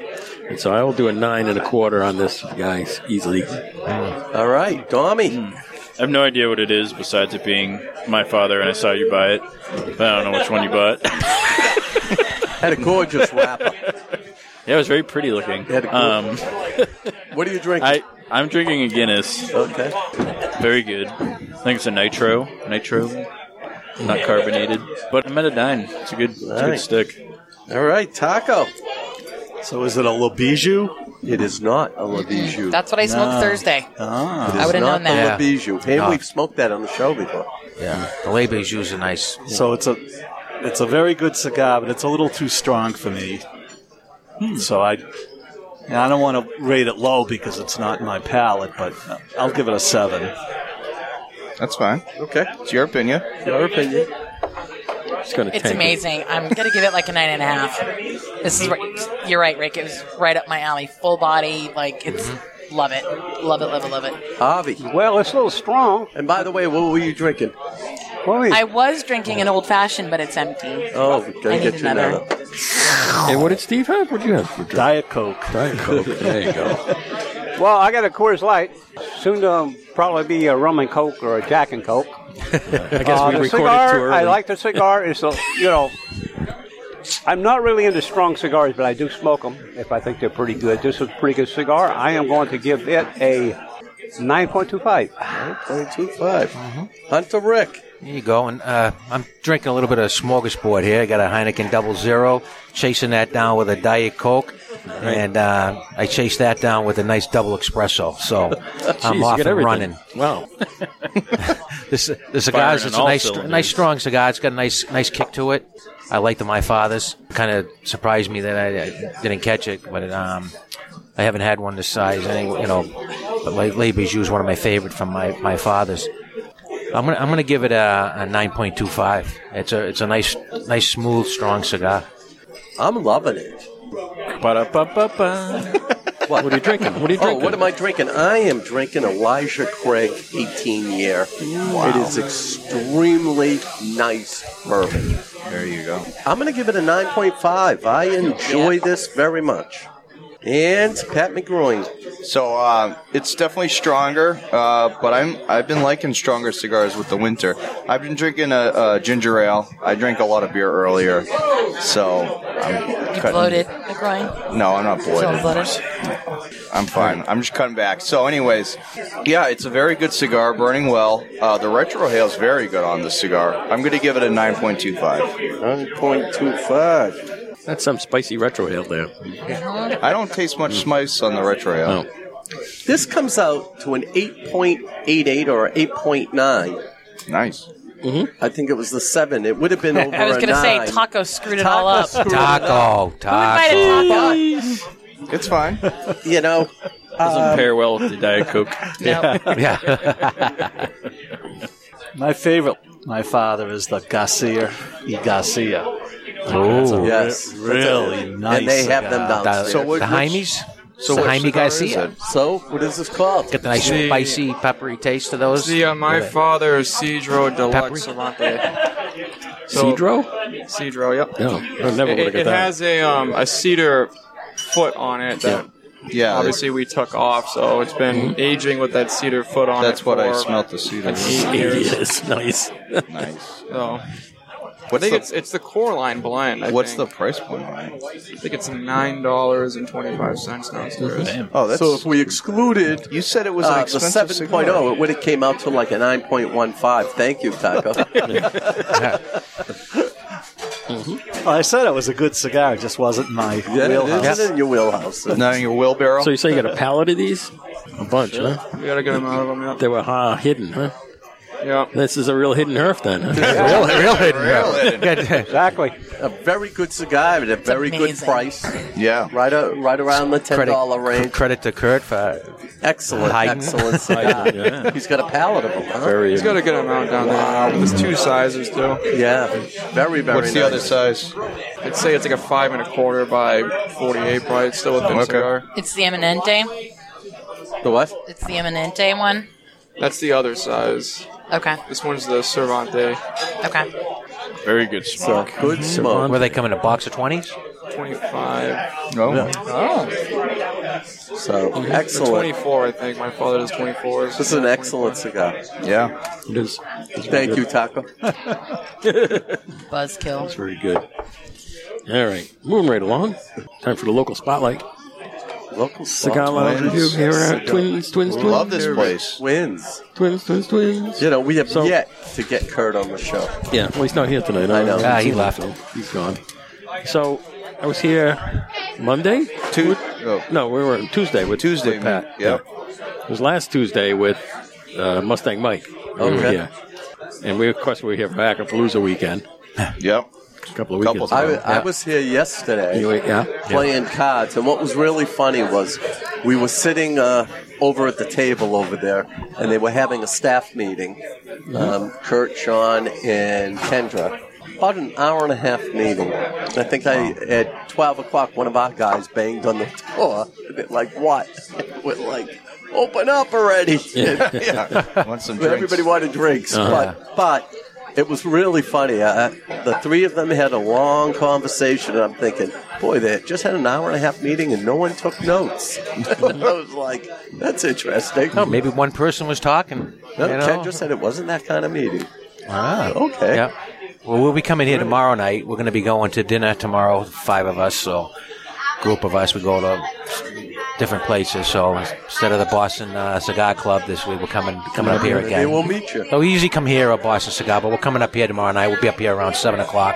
and so I will do a nine and a quarter on this, guys, easily. Mm. All right, Tommy. I have no idea what it is besides it being my father, and I saw you buy it. But I don't know which one you bought. Had a gorgeous wrapper. Yeah, it was very pretty looking. Um, what are you drinking? I, I'm drinking a Guinness. Okay. Very good. I think it's a nitro. Nitro. Not carbonated. But I'm at a nine. It's a good, it's a good Nice. stick. All right, Taco. So is it a Lobiju? It is not a Labiju. That's what I smoked Thursday. Ah. It is I would have not known that. the Labiju. And No. we've smoked that on the show before. Yeah, the Labes use a nice. So it's a it's a very good cigar, but it's a little too strong for me. So I And I don't want to rate it low because it's not my palate, but I'll give it a seven. That's fine. Okay. It's your opinion. Your opinion. It's gonna It's amazing. I'm gonna give it like a nine and a half. This is right. You're right, Rick. It was right up my alley. Full body, like it's Mm-hmm. love it, love it, love it, love it. Avi. Well, it's a little strong. And by the way, what were you drinking? I was drinking an old fashioned, but it's empty. Oh, I gotta need get you another. another. Hey, what did Steve have? What did you have for drink? Diet Coke. Diet Coke. There you go. Well, I got a Coors Light. Soon to um, probably be a rum and Coke or a Jack and Coke. I guess Uh, we the recorded cigar, too early. I like the cigar. It's a, you know, I'm not really into strong cigars, but I do smoke them if I think they're pretty good. This is a pretty good cigar. I am going to give it a 9.25. 9.25. Uh-huh. Hunter Rick. There you go. And uh, I'm drinking a little bit of smorgasbord here. I got a Heineken Double Zero, chasing that down with a Diet Coke. And uh, I chased that down with a nice double espresso. So Jeez, I'm you off got and everything. running. Wow. This the cigars. Firing It's on a all nice, cylinders. nice strong cigar. It's got a nice, nice kick to it. I like the my father's. Kind of surprised me that I, I didn't catch it, but um, I haven't had one this size. Any, you know, but like Labey's used one of my favorite from my, my father's. I'm gonna I'm gonna give it a, a 9.25. It's a it's a nice nice smooth strong cigar. I'm loving it. What? are you drinking? What are you Oh, what am I drinking? I am drinking Elijah Craig 18 year. It is extremely nice bourbon. There you go. I'm going to give it a 9.5. I enjoy this very much. And Pat McGroin. So uh, it's definitely stronger, uh, but I'm I've been liking stronger cigars with the winter. I've been drinking a, a ginger ale. I drank a lot of beer earlier, so I'm You cutting- bloated, McGroin. No, I'm not It's bloated. all bloated. I'm fine. I'm just cutting back. So, anyways, yeah, it's a very good cigar, burning well. Uh, the retrohale is very good on this cigar. I'm going to give it a 9.25. 9.25. That's some spicy retro ale there. Mm. I don't taste much spice on the retrohale. This comes out to an 8.88 or 8.9. Nice. Mm-hmm. I think it was the 7. It would have been over I was a gonna 9. say Taco screwed it all up. screwed it up. Who invited It's fine. you know. Doesn't um, pair well with the Diet Coke. No. Yeah. My favorite, my father, is the Garcia y Garcia. That's a Oh. re- Yes. really And nice. they have them cigar. downstairs. So what- The which- Jaimes? so The what Jaime cigar is Garcia. it? So, what is this called? Get the nice The- spicy peppery taste to those. The uh, my Yeah. father Cedro Deluxe Amante. Cedro? Cedro, yep. No, I never It- would've it, got it that. has a um a cedar foot on it that. Yeah, Mm-hmm. obviously we took off, so it's been aging with that cedar foot on That's it. what I for smelt, the cedar. an eight years. Yes, nice. Nice. So, I What's think the- it's it's the core line blend. I What's think. the price point on it? I think it's nine dollars and twenty five cents downstairs. Oh, that's so if we excluded, you said it was an expensive Uh, the 7.0. cigar. It would have came out to like a 9.15. Thank you, Taco. Well, I said it was a good cigar, it just wasn't my Yeah, it wheelhouse. is in your wheelhouse. Not in your wheelbarrow. So you say you got a pallet of these? A bunch, huh? We got a good amount of them. Yep. They were uh, hidden, huh? Yeah. This is a real hidden herf then. huh? real hidden Exactly. A very good cigar at a very good amazing. price. Yeah. Right, a, right around the ten Credit, dollar range. credit to Kurt for Excellent, Haydn. excellent cigar. yeah. He's got a palatable. Huh? Very He's got a good amount down there. There's two sizes too. yeah, very very. What's the nice. other size? I'd say it's like a five and a quarter by forty-eight, probably. It's still a thin Okay. cigar. It's the Eminente. Oh, The what? It's the Eminente one. That's the other size. Okay. This one's the Cervante, Okay. Very good So smoke. good smoke. Where they come in a box of twenties? twenty-five. No. So Or Oh. excellent. Twenty-four, I think. My father does twenty-fours. This is an excellent cigar. Yeah. It is. It's very Thank good. you, Taco. Buzzkill. It's very good. All right, moving right along. Time for the local spotlight. Local Cigar Lounge Twins. review here. at Twins, twins, twins. Love this place. wins. Twins, twins, twins. You know, we have So- yet to get Kurt on the show. Yeah, well, he's not here tonight. I know. haven't Ah, he seen him, left. so He's gone. So I was here Monday. Two. No, we were on Tuesday with Tuesday, With Pat. yep. Yeah. It was last Tuesday with uh, Mustang Mike. We were Okay. here. And we, of course, we were here for Hackapalooza weekend. Yep. a couple of weekends I, ago. I Yeah. was here yesterday You were- yeah? playing cards, and what was really funny was we were sitting uh, over at the table over there, and they were having a staff meeting. Mm-hmm. Um, Kurt, Sean, and Kendra. About an hour and a half meeting. I think I at twelve o'clock one of our guys banged on the door. And they're like what? We're like, open up already. Yeah. Want some drinks. Everybody wanted drinks, Uh-huh. but but it was really funny. I, I- the three of them had a long conversation, and I'm thinking, boy, they just had an hour and a half meeting, and no one took notes. I was like, that's interesting. Oh, maybe one person was talking. No, you know? Kendra said it wasn't that kind of meeting. Ah, okay. Yeah. Well, we'll be coming here tomorrow night. We're going to be going to dinner tomorrow, five of us. So, group of us, we go to different places. So instead of the Boston uh, Cigar Club this week, we're coming coming up here They again. will meet you. So we usually come here at Boston Cigar, but we're coming up here tomorrow night. We'll be up here around seven o'clock,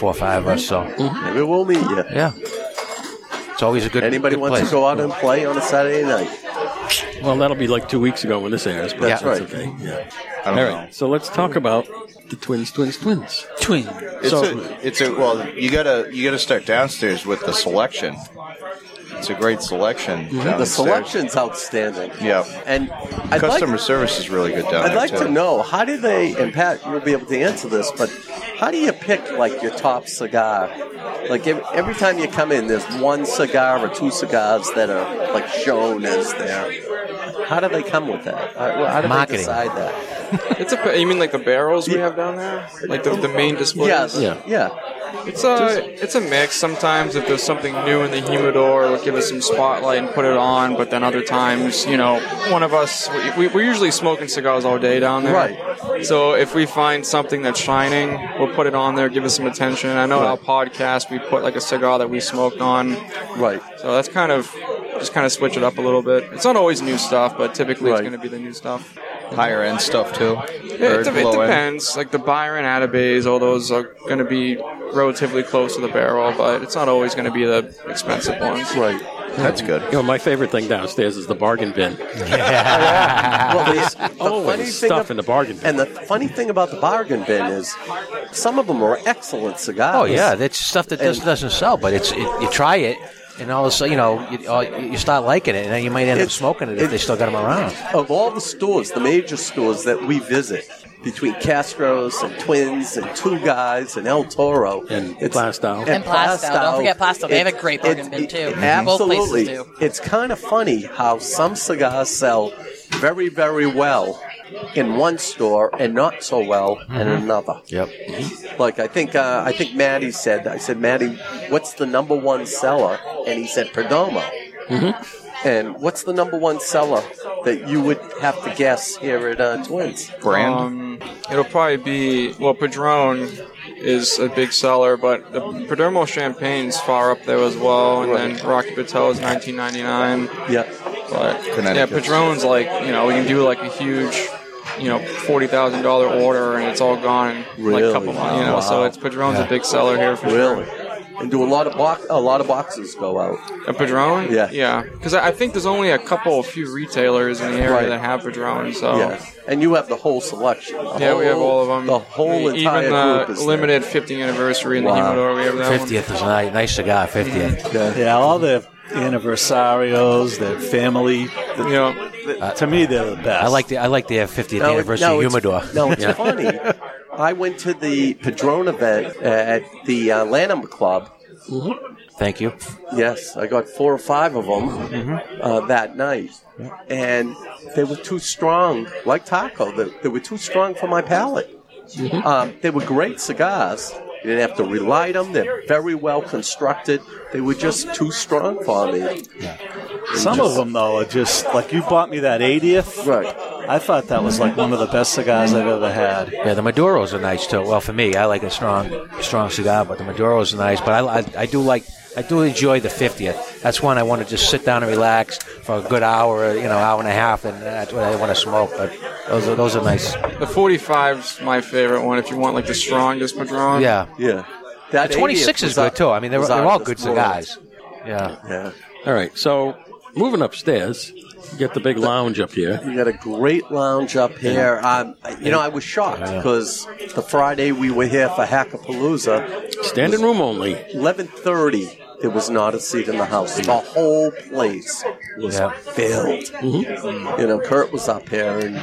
four or five of us. So maybe we'll Mm-hmm. meet you. Yeah. It's always a good. Anybody good wants place. to go out and play on a Saturday night? Mm-hmm. Well, that'll be like two weeks ago when this airs, but That's that's right. okay. Yeah. I don't All know. right. So let's talk about the twins, twins, twins. Twins. It's a, it's a well. You gotta you gotta start downstairs with the selection. It's a great selection. Mm-hmm. The downstairs. selection's outstanding. Yeah, and I'd customer like- service is really good down I'd there like too. to know how do they, and Pat, you'll be able to answer this, but how do you pick like your top cigar? Like ev- every time you come in, there's one cigar or two cigars that are like shown as there. How do they come with that? How, how do they Marketing. decide that? It's a. You mean like the barrels we have down there, like the, the main displays? Yes. Yeah. It's a it's a mix. Sometimes if there's something new in the humidor, it'll give us some spotlight and put it on. But then other times, you know, one of us we, we, we're usually smoking cigars all day down there. Right. So if we find something that's shining, we'll put it on there, give us some attention. I know in our podcast we put like a cigar that we smoked on. Right. So that's kind of just kind of switch it up a little bit. It's not always new stuff, but typically it's going to be the new stuff. Higher end stuff too. Yeah, it, Or de- it low end. depends. Like the Byron Atabays, all those are going to be relatively close to the barrel, but it's not always going to be the expensive ones. Right. That's good. You know, my favorite thing downstairs is the bargain bin. well, There's the, the funny always thing stuff ab- in the bargain bin. And the funny thing about the bargain bin is some of them are excellent cigars. Oh yeah, that's stuff that just doesn't sell, but it's it, you try it, and all of a sudden you know you, all- you start liking it, and then you might end up smoking it if they still got them around. Of all the stores, the major stores that we visit, between Castro's and Twins and Two Guys and El Toro and Plastow And Plastow. Don't forget Plastow. They have a great bargain bin, too. Both places absolutely. do. It's kind of funny how some cigars sell very, very well in one store and not so well in Mhm. another. Yep. Like I think uh, I think Maddie said. I said Maddie, what's the number one seller? And he said Perdomo. And what's the number one seller that you would have to guess here at uh, Twins? Um, it'll probably be well. Padron is a big seller, but the Perdomo Champagne's far up there as well, and then Rocky Patel is 19.99. Yeah, but yeah, Connecticut. Padron's like you know we can do like a huge. You know, forty thousand dollar order, and it's all gone in like a couple Really? months. You know, so Wow. it's Padron's Yeah. a big seller here for sure. really. And do a lot of box, a lot of boxes go out. A Padron? Yeah. Yeah. Because I I think there's only a couple, a few retailers in the area Right. that have Padron. So Yeah. And you have the whole selection. The Yeah, we have whole- all of them. The whole Even entire the group is limited 50th anniversary in the humidor. We have that one. Fiftieth is a nice, nice cigar. Fiftieth. Yeah, all their anniversarios, their family. You know, to me, they're the best. I like the I like the uh, fiftieth No, it- anniversary no, it's- humidor. No, it's Yeah. funny. I went to the Padron event at the uh, Lanham Club. Thank you. Yes, I got four or five of them uh, that night, and they were too strong, like taco. They, they were too strong for my palate. Um, they were great cigars. You didn't have to relight them. They're very well constructed. They were just too strong for me. Some of them though are just like you bought me that 80th. Right. I thought that was like one of the best cigars I've ever had. Yeah, the Maduros are nice too. Well, for me, I like a strong, strong cigar, but the Maduros are nice. But I, I, I do like, I do enjoy the 50th. That's one I want to just sit down and relax for a good hour, you know, hour and a half, and that's what I want to smoke. But those are those are nice. The 45's my favorite one if you want like the strongest Padron. Yeah. Yeah. That The 26 is good too. I mean, they're, they're all good cigars. Yeah. Yeah. All right. So moving upstairs, Get the big lounge up here. You got a great lounge up here. Um, you know, I was shocked Yeah. because the Friday we were here for Hackapalooza, standing room only, eleven thirty. There was not a seat in the house. The whole place was Yeah. filled. Mm-hmm. Mhm. You know, Kurt was up here, and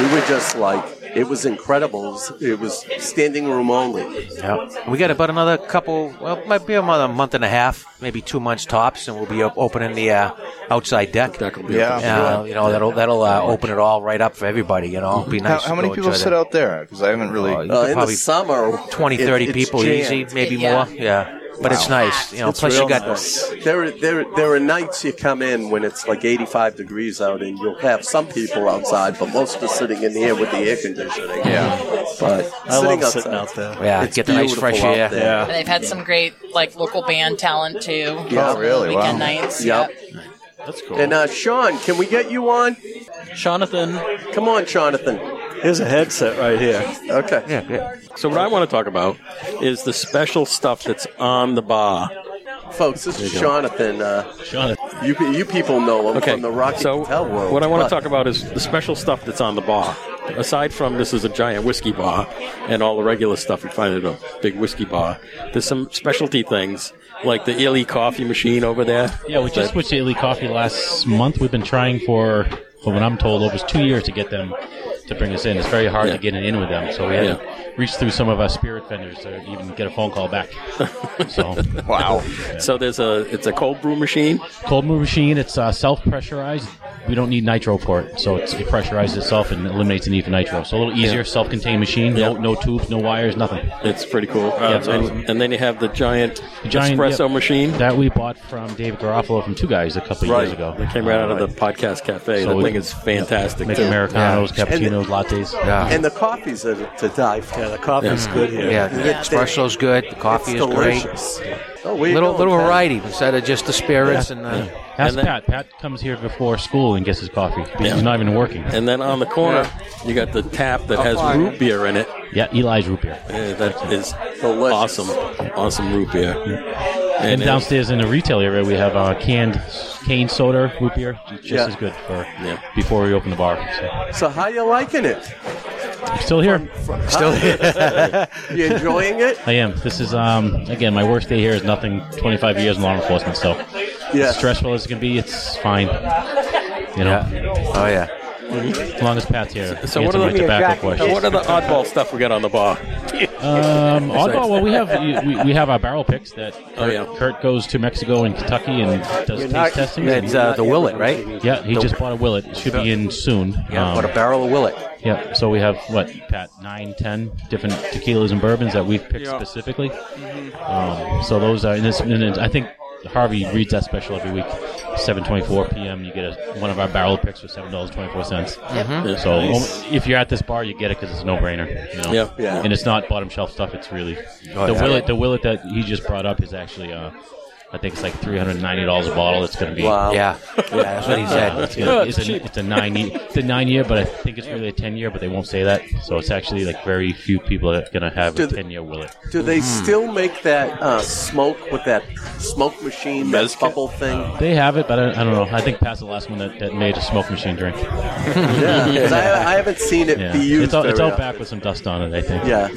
we were just like, it was incredible. It was, it was standing room only. Yeah. We got about another couple, well, might be another month and a half, maybe two months tops, and we'll be op- opening the uh, outside deck. deck will be Yeah. open. you know that'll that'll uh, open it all right up for everybody. You know, It'll be How, nice. how many people sit out there? Because I haven't really. you Uh, could in the probably summer, 20, 30 people easy, maybe more. Yeah, but it's Wow. nice. You know, It's plus real you got nice. There, are- there, are- there are nights you come in when it's like 85 degrees out, and you'll have some people outside, but most are sitting in here with the air conditioning. Yeah, but I sitting love outside, sitting out there. Yeah, it's get the nice fresh beautiful out air. there. And they've had some great like local band talent too. Yeah. Some Weekend nights. Yep. That's cool. And uh, Sean, can we get you on? Jonathan. Come on, Jonathan. Here's a headset right here. Okay. Yeah, yeah. So what I want to talk about is the special stuff that's on the bar. Folks, this is Jonathan. Uh, Jonathan. You, pe- you people know him Okay, from the Rocky so Hotel world. What I want but- to talk about is the special stuff that's on the bar. Aside from this is a giant whiskey bar and all the regular stuff you find at a big whiskey bar, there's some specialty things like the Illy coffee machine over there. Yeah, we just that- switched to Italy coffee last month. We've been trying for, from what I'm told, almost two years to get them to bring us in. It's very hard to get it in with them, so we had to reach through some of our spirit vendors to even get a phone call back. So wow. So there's a it's a cold brew machine. cold brew machine. It's uh, self pressurized. We don't need nitro for it, so it's, it pressurizes itself and eliminates the need for nitro. So a little easier, self-contained machine. No, no tubes, no wires, nothing. It's pretty cool. Yeah, Uh, it's and, awesome. and then you have the giant, The giant espresso yeah, machine that we bought from David Garofalo from Two Guys a couple Right. years ago. That came right out of the podcast cafe. So that we- thing is fantastic. Make too. Americanos, Yeah. cappuccinos, lattes. And the coffees are to die for. Yeah, the coffee's Yeah. good here. Yeah, the espresso's good, the coffee is great. great. Oh, where you little going, little Pat? variety instead of just the spirits and. Uh, Ask Pat. Pat comes here before school and gets his coffee. because He's not even working. And then on the corner, you got the tap that has fine. root beer in it. Yeah, Eli's root beer. Yeah, that is awesome, awesome root beer. And, it- downstairs in the retail area, we have uh, canned cane soda, root beer, just Yeah. as good for before we open the bar. So. So how you liking it? Still here. Still here. you enjoying it? I am. This is um again my worst day here is nothing. Twenty five years in law enforcement, so Yeah. as stressful as it can be, it's fine. You know. Oh yeah. As long as Pat's here. So what answer are, my the, tobacco questions. what are the oddball stuff we got on the bar? Um, oddball. Well, we have we, we have our barrel picks that Kurt, Oh, yeah. Kurt goes to Mexico and Kentucky and does You're taste not- testing. That's, uh, the Willet, right? Yeah, he The- just bought a Willet. It should be in soon. Um, Yeah, bought a barrel of Willet. Yeah, so we have what Pat nine, ten different tequilas and bourbons that we've picked Yeah. specifically. Um, so those are, and, this, and it- I think Harvey reads that special every week, seven twenty-four p.m. You get a, one of our barrel picks for seven dollars twenty-four cents. Yep. Mhm. So Nice. om- if you're at this bar, you get it because it's a no-brainer. You know? Yeah. Yeah. And it's not bottom shelf stuff. It's really Oh, the yeah. willet. The willet that he just brought up is actually. Uh, I think it's like three hundred ninety dollars a bottle. It's going to be Wow. Yeah. Yeah, that's what he said. Yeah, it's, Yeah, gonna, it's it's, a, cheap. it's a nine year, it's a nine year, but I think it's really a ten year. But they won't say that, so it's actually like very few people that are going to have a Do they- ten year willet. Do they still make that uh, smoke with that smoke machine, that bubble thing? Oh. They have it, but I, I don't know. I think Pat's the last one that, that made a smoke machine drink. yeah, 'cause I, I haven't seen it Yeah. be used. It's all, it's all very often. back with some dust on it, I think. Yeah.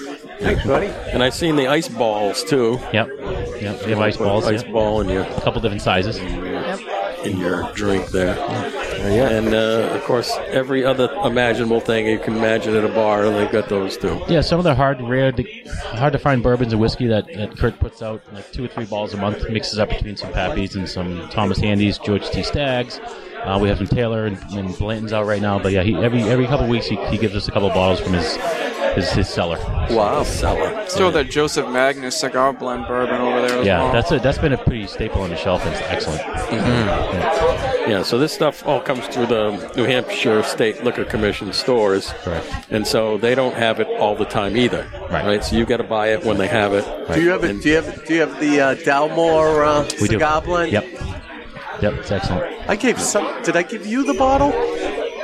Thanks, buddy. And I've seen the ice balls too. Yep. Yep. They have ice balls. Ice yeah. ball in your a couple different sizes. In your drink there. Yeah. And uh, of course, every other imaginable thing you can imagine at a bar, and they've got those too. Yeah, some of the hard, rare, to, hard to find bourbons and whiskey that, that Kurt puts out like two or three balls a month, mixes up between some Pappies and some Thomas Handys, George T. Staggs. Uh, we have some Taylor and, and Blanton's out right now, but yeah, he, every every couple of weeks he, he gives us a couple of bottles from his his, his cellar. Wow, cellar. Still that Joseph Magnus cigar blend bourbon over there. As Yeah, well. that's a, that's been a pretty staple on the shelf. It's excellent. Yeah, so this stuff all comes through the New Hampshire State Liquor Commission stores. Correct. And so they don't have it all the time either. Right. So you've got to buy it when they have it. Do you have a, do you have do you have the uh, Dalmore uh, We do. cigar blend? Yep. Yep, it's excellent. I gave some. Did I give you the bottle?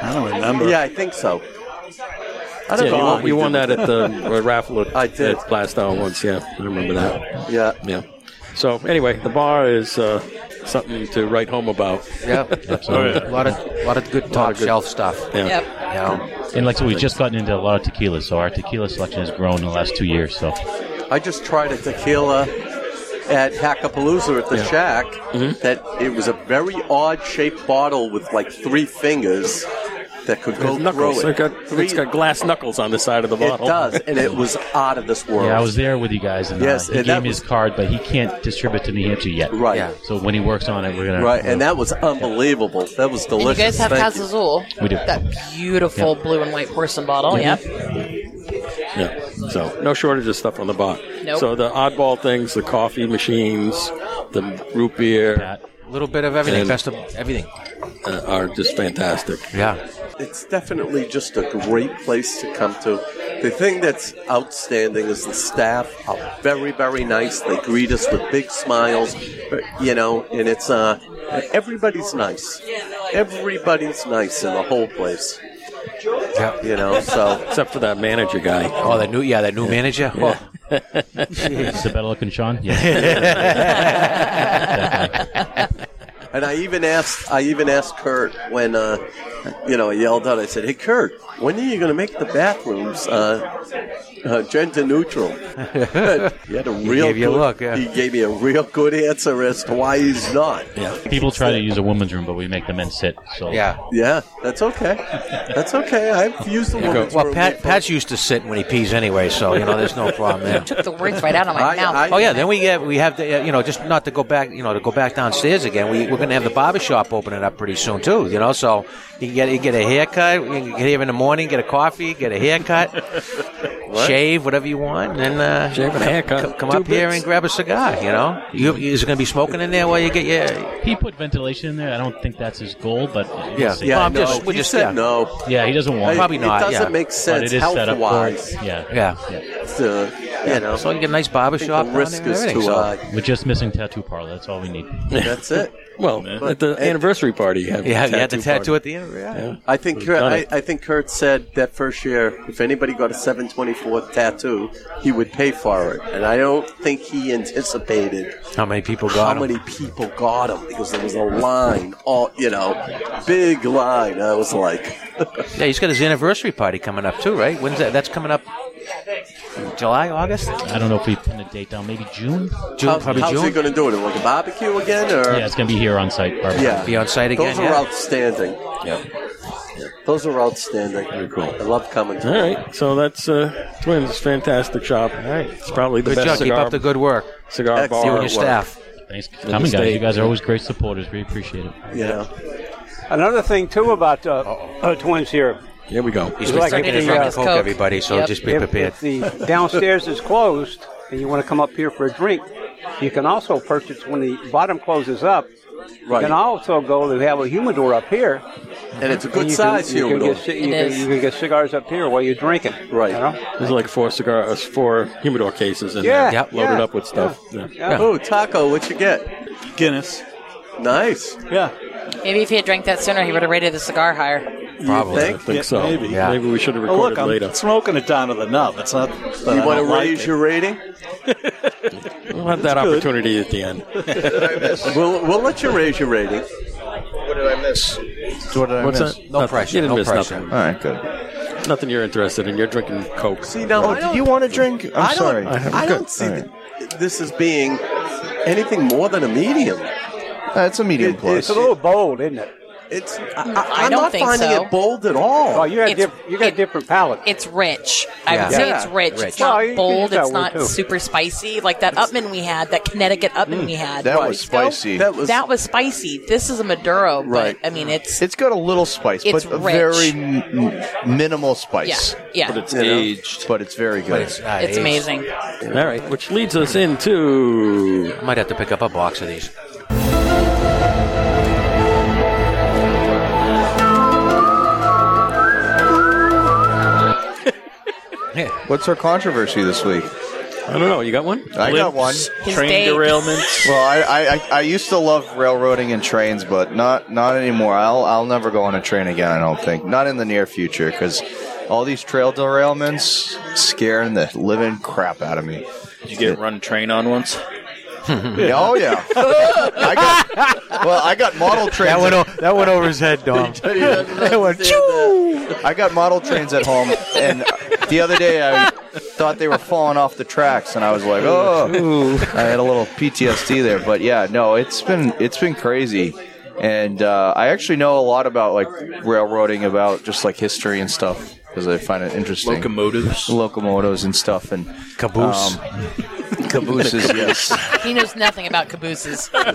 I don't remember. Yeah, I think so. I don't Yeah, you know. what won, we you won did that with at it. the uh, raffle at, I did. at Blastown once. Yeah, I remember that. Yeah. Yeah. So anyway, the bar is uh, something to write home about. Yeah, Oh, a lot of lot of good top shelf stuff. Yeah. Yep. Yeah. And like so, we've just gotten into a lot of tequilas, so our tequila selection has grown in the last two years. So I just tried a tequila at Hackapalooza at the shack. Mm-hmm. That it was a very odd shaped bottle with like three fingers that could go There's knuckles. through it. It's got, it's got glass knuckles on the side of the It bottle. does, and it was out of this world. Yeah, I was there with you guys, and Yes, uh, he and that gave me his card, but he can't distribute to New Hampshire yet. Right. Yeah. So when he works on it, we're gonna Right, and that was unbelievable. That was And you delicious. guys have Thank you. Paz We do. That beautiful Yeah. blue and white porcelain bottle. Yeah. Yeah. Yeah. So no shortage of stuff on the bar. Nope. So the oddball things, the coffee machines, the root beer, a little bit of everything. And- Best of everything. uh, are just fantastic. Yeah. It's definitely just a great place to come to. The thing that's outstanding is the staff are very, very nice. They greet us with big smiles, but, you know, and it's uh, everybody's nice. Everybody's nice in the whole place. Yeah. You know, so except for that manager guy. Oh, that new yeah, that new manager. Yeah. Oh. Is the better looking Sean? Yeah. And I even asked, I even asked Kurt when, uh, you know, I yelled out. I said, "Hey, Kurt, when are you going to make the bathrooms uh, uh, gender neutral?" he had a He real gave you a good, look, yeah. He gave me a real good answer as to why he's not. Yeah. People try to use a woman's room, but we make the men sit. So yeah, that's okay. That's okay. I've used the woman's Well, room Pat, before. Pat's used to sit when he pees anyway, so you know there's no problem there. Took the words right out of my mouth. oh yeah, then we get we have the uh, you know just not to go back you know to go back downstairs again. We we're gonna have the barber shop opening up pretty soon too. You know, so you can get you get a haircut. You can get here in the morning, get a coffee, get a haircut, shave whatever you want, and then uh, Shave and a haircut. Come, come Two up here bits. and grab a cigar. You know, you, is it gonna be smoking in there while you get your He put ventilation in there. I don't think that's his goal, but we'll Yeah. see. Yeah, Well, I'm no, just- we're he just- said yeah. no. Yeah, he doesn't want. It- Probably it not, doesn't yeah. make But sense it is set up for it. health-wise. Yeah. Yeah. So, you know, so you get a nice barber I think shop the down risk there and is everything, too so- high. We're just missing tattoo parlor. That's all we need. That's it. Well, But- at the Hey. anniversary party, you have Yeah, the you had the tattoo party. at the end. Yeah. I think We've Kurt, done I, it. I think Kurt said that first year, if anybody got a 724 tattoo, he would pay for it, and I don't think he anticipated How many people how got 'em? many people got them because there was a line, all you know, big line. I was like, Yeah, he's got his anniversary party coming up too, right? When's that? That's coming up. July, August. I don't know if we pin a date down. Maybe June. June, how, probably how's June. he going to do it? Like a barbecue again, or Yeah, it's gonna be here on site. Barbara. Yeah. Be on site again. Those are yeah. outstanding. Yeah. Those are outstanding. Very cool. I love coming. To All right, so that's uh, Twins. Fantastic shop. All right, it's probably the Good best job. Keep cigar up the good work. cigar You bar uh, and your work. staff. Thanks for In the coming, guys. You state. guys are always great supporters. We appreciate it. You know, Another thing too about uh, uh, twins here. Here we go. He's It's been like drinking if his the, rum uh, and coke, Coke- everybody. So Yep. just be if, prepared. If the downstairs is closed and you want to come up here for a drink, you can also purchase when the bottom closes up. Right. You can also go to have a humidor up here. And it's a good you size can, you humidor. Can get, ci- It you, can, is. you can get cigars up here while you're drinking. Right. You know? There's like four cigar, uh, four humidor cases in Yeah, there, Yep. loaded yeah, up with stuff. Yeah. Oh, taco, what you get? Guinness. Nice. Yeah. Maybe if he had drank that sooner, he would have rated the cigar higher. Probably. think? I think so. Maybe. Yeah. Maybe we should have Oh, recorded look, I'm later. smoking it down to the nub. It's not. that I you want don't to like raise it. your rating? We'll have It's that good. opportunity at the end. We'll, we'll let you raise your rating. What did I miss? What did I What's miss? that? No Nothing. pressure, You didn't no miss pressure. nothing. All right, good. Nothing you're interested in. You're drinking Coke. See, now, I Oh, don't- do you want a drink? I'm I don't- sorry. I, don't see th- this as being anything more than a medium. Uh, it's a medium plus. It's a little bold, isn't it? It's I, I am don't not think finding so. it bold at all. Oh, you got, It's- diff- you got a different palate. It's rich. I Yeah. would say Yeah. it's rich. Rich. It's not Well, you- bold. you got It's one, not too. super spicy like that Upman we had, that Connecticut Upman we had. that Two was weeks ago. spicy. That was That was spicy. This is a Maduro, Right. but I mean, it's It's got a little spice, It's but a rich. very m- m- minimal spice. yeah, But yeah. it's You know? aged. But it's very good. But it's, not It's aged. amazing. All right, which leads us into I might have to pick up a box of these. What's our controversy this week? I don't know. You got one? I got one. His Train date. derailments. Well, I, I- I I used to love railroading and trains, but not not anymore. I'll I'll never go on a train again. I don't think. Not in the near future, because all these trail derailments scaring the living crap out of me. Did you get run train on once? Yeah, oh yeah. I got well. I got model trains. That went, o- that went over his head, Dom. that went. I got model trains at home, and the other day I thought they were falling off the tracks, and I was like, oh, I had a little PTSD there. But yeah, no, it's been it's been crazy. And uh, I actually know a lot about like railroading, about just like history and stuff, because I find it interesting. Locomotives, locomotives and stuff, and Caboose. um, cabooses, yes. He knows nothing about cabooses. well,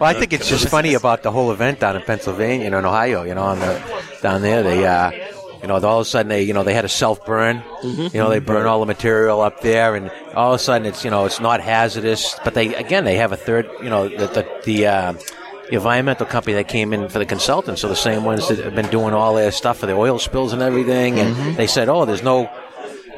I think it's just funny about the whole event down in Pennsylvania, you know, in Ohio, you know, on the, down there. They, uh, you know, all of a sudden they, you know, they had a self burn. You know, they burn all the material up there, and all of a sudden it's, you know, it's not hazardous. But they, again, they have a third, you know, the the, the, uh, the environmental company that came in for the consultants are the same ones that have been doing all their stuff for the oil spills and everything, and they said, oh, there's no.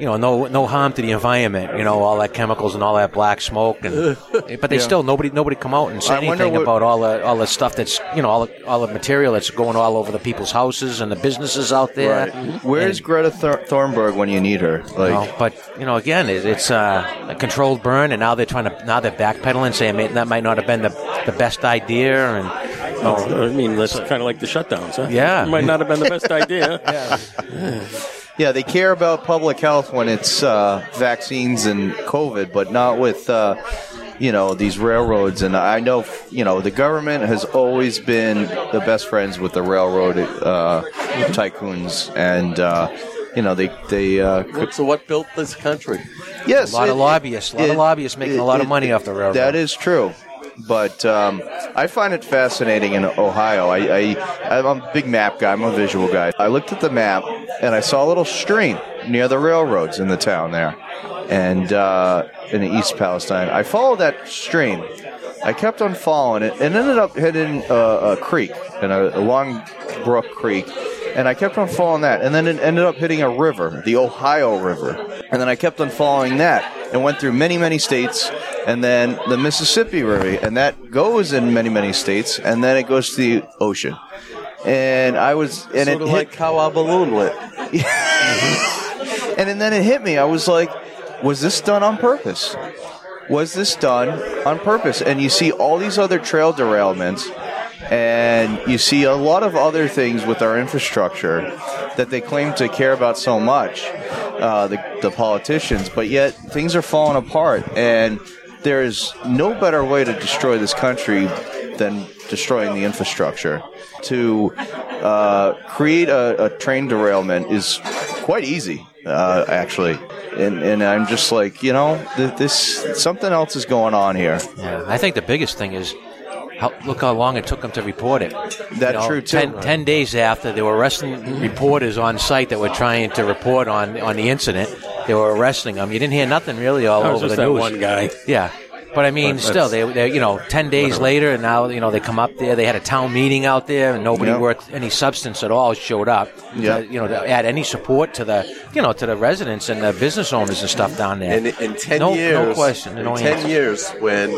You know, no no harm to the environment. You know, all that chemicals and all that black smoke, and but they Yeah. still nobody nobody come out and say I wonder anything what- about all the all the stuff that's you know all the, all the material that's going all over the people's houses and the businesses out there. Right. Where's Greta Thor- Thornburg when you need her? Like, you know, but you know, again, it, it's uh, a controlled burn, and now they're trying to now they're backpedaling, saying "Man, that might not have been the, the best idea, and you know, I mean, that's kind of like the shutdowns, huh? Yeah. Might not have been the best idea. yeah, they care about public health when it's uh, vaccines and COVID, but not with uh, you know these railroads. And I know you know the government has always been the best friends with the railroad uh, tycoons, and uh, you know they they uh, What- So what built this country? Yes, A lot of lobbyists, a lot of lobbyists making a lot of money off the railroad. That is true, but um, I find it fascinating in Ohio. I, I I'm a big map guy. I'm a visual guy. I looked at the map and I saw a little stream near the railroads in the town there, and uh, in East Palestine. I followed that stream. I kept on following it and ended up hitting uh, a creek and a, a long brook creek and I kept on following that, and then it ended up hitting a river, the Ohio River, and then I kept on following that, and went through many, many states, and then the Mississippi River, and that goes in many, many states, and then it goes to the ocean, and I was, and Sort it of hit, like how our balloon lit. and, and then it hit me. I was like, was this done on purpose? Was this done on purpose? And you see all these other trail derailments, and you see a lot of other things with our infrastructure that they claim to care about so much, uh, the, the politicians, but yet things are falling apart. And there is no better way to destroy this country than destroying the infrastructure. To uh, create a, a train derailment is quite easy, uh, actually. And, and I'm just like, you know, th- this something else is going on here. Yeah, I think the biggest thing is how, look how long it took them to report it. That's true, too. Ten, ten days after they were arresting reporters on site that were trying to report on on the incident, they were arresting them. You didn't hear nothing really all That was over just the that news. one guy. Yeah. But I mean, But still, that's- they, they, you know, ten days Whatever. later, and now you know they come up there. They had a town meeting out there, and nobody Yeah. worth any substance at all showed up. Yeah. to, you know, to add any support to the, you know, to the residents and the business owners and stuff down there. In, in 10 no, years, no question, in no 10 answer. years, when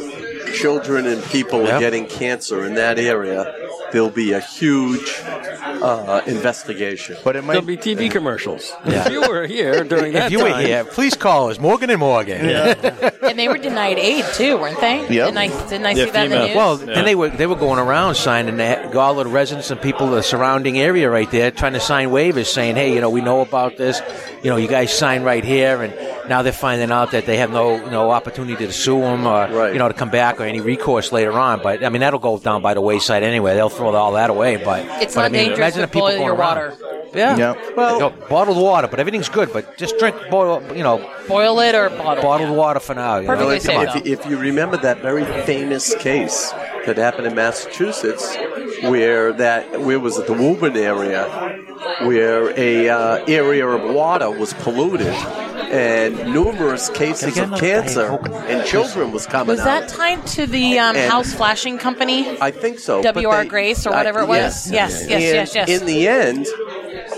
children and people Yeah. are getting cancer in that area, there'll be a huge uh, investigation. But it There'll be TV commercials. Yeah. If you were here during that if you time, were here, please call us, Morgan and Morgan. and they were denied aid too, weren't they? Yeah. Didn't I, didn't I see that in the news? Well, then they were they were going around signing that, all of the residents and people of the surrounding area right there trying to sign waivers saying, hey, you know, we know about this. You know, you guys sign right here, and now they're finding out that they have no no opportunity to sue them or you know to come back or any recourse later on. But I mean, that'll go down by the wayside anyway. They'll throw all that away. But it's but, not I mean, dangerous imagine to the people boil going your around. water. Yeah. Well, bottled water, but everything's good. But just drink boil, you know, Boil it or bottle. bottled water for now. You know? Well, if, if, if you remember that very famous case that happened in Massachusetts, where that where was it the Woburn area, where a uh, area of water was polluted, and numerous cases of cancer and children was coming Was out. that tied to the um, And- house flashing company? I think so. but W.R. they- Grace or whatever it I- was? Yes, yes, yes, And yes. In the end,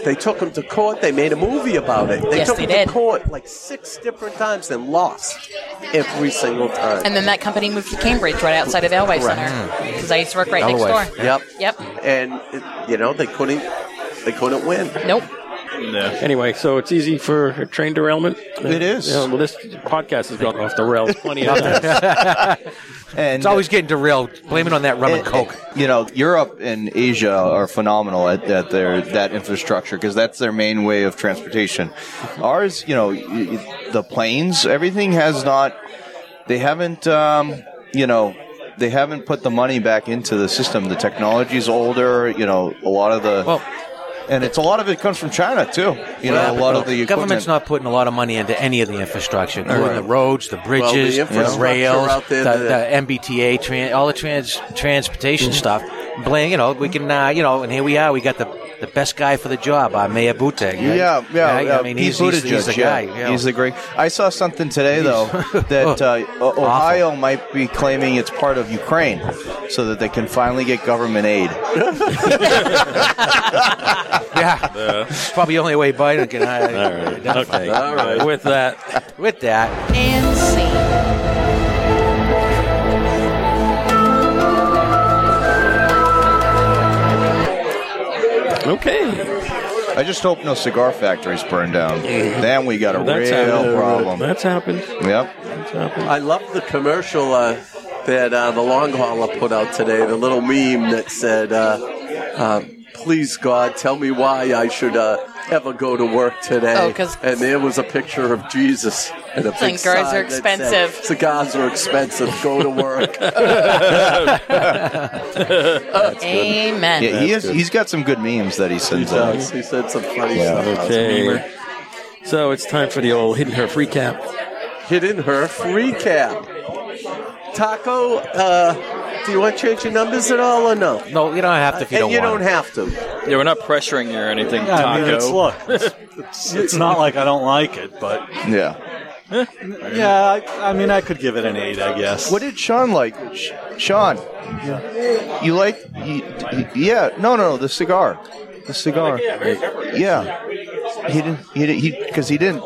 they took him to court. They made a movie about it. They Yes, took they him did. to court like six different times and lost every single time. And then that company moved to Cambridge, right outside of Elway Correct. Center, because I used to work right next Otherwise, door. Yep. Yep. And it- you know they couldn't. They couldn't win. Nope. Anyway, so it's easy for a train derailment. It is. Yeah, well, this podcast has gone off the rails plenty of Nothing. times. and it's always getting derailed. Blame it on that rum and coke. You know, Europe and Asia are phenomenal at, at their that infrastructure because that's their main way of transportation. Ours, you know, y- y- the planes, everything has not. They haven't, um, you know, they haven't put the money back into the system. The technology's older. You know, a lot of the. and it's a lot of it comes from China too. You know, a lot of the government's equipment. not putting a lot of money into any of the infrastructure, including Right. the roads, the Well, the bridges, the, infrastructure rails, out there the, that- the MBTA, tran- all the trans transportation Mm. stuff. Blame, you know, we can, uh, you know, and here we are. We got the the best guy for the job, uh, Mayor Buttigieg. right? Yeah, yeah, Right? yeah. I mean, Pete he's, he's, he's the Buttigieg, yeah. guy. you know. He's the great. I saw something today though that uh, O- Ohio might be claiming it's part of Ukraine, so that they can finally get government aid. yeah. It's probably the only way Biden can. Uh, All right. identify. Okay. All right. With that. With that. And see. Okay. I just hope no cigar factories burn down. then we got a That's real happened. problem. That's happened. Yep. I love the commercial uh, that uh, the long hauler put out today. The little meme that said, uh, uh, "Please God, tell me why I should uh, ever go to work today." Oh, 'cause- and there was a picture of Jesus and a Cigars big sign are that said, expensive. Cigars are expensive. Go to work. Amen. Oh, Yeah, he is, he's got some good memes that he sends out. He said some funny stuff. Okay. So it's time for the old Hidden Herf recap. Hidden Herf recap. Taco, uh, do you want to change your numbers at all or no? No, you don't have and you don't have to. Yeah, we're not pressuring you or anything, Yeah, I mean, Taco. it's, look, it's, it's, it's not like I don't like it, but yeah, yeah. I, I mean, I could give it an eight, I guess. What did Sean like? Sh- Sean, you like? You, yeah, no, no, the cigar, the cigar. Yeah, he didn't. He didn't. He because he didn't.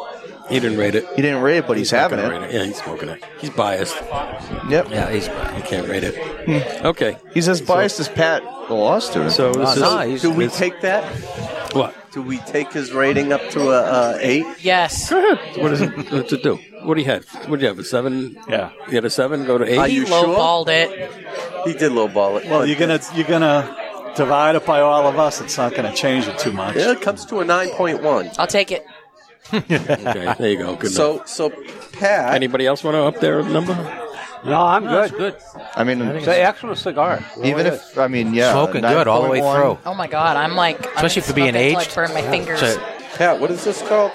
He didn't rate it. He didn't rate it, but he's, having it. Yeah, he's smoking it. He's biased. Yep. Hmm. Yeah, he's he can't rate it. okay. He's as biased as Pat, the law student. So this is do we take that? What? Do we take his rating up to a, a eight? Yes. Go ahead. What is it? What to do? What do you have? What do you have? A seven? Yeah. You had a seven. Go to eight. Are you he lowballed it. He did lowball it. Well, you're gonna you're gonna divide it by all of us. It's not gonna change it too much. Yeah, it comes to a nine point one. I'll take it. okay, there you go. Good so, so Pat. Anybody else want to up their number? No, I'm good. I mean, It's an excellent cigar. Really even is. if I mean, yeah, Smoking good all the way 9.1. through. Oh my god, I'm like I'm Especially for being smoking till aged. I burn my fingers. So- Pat, what is this called?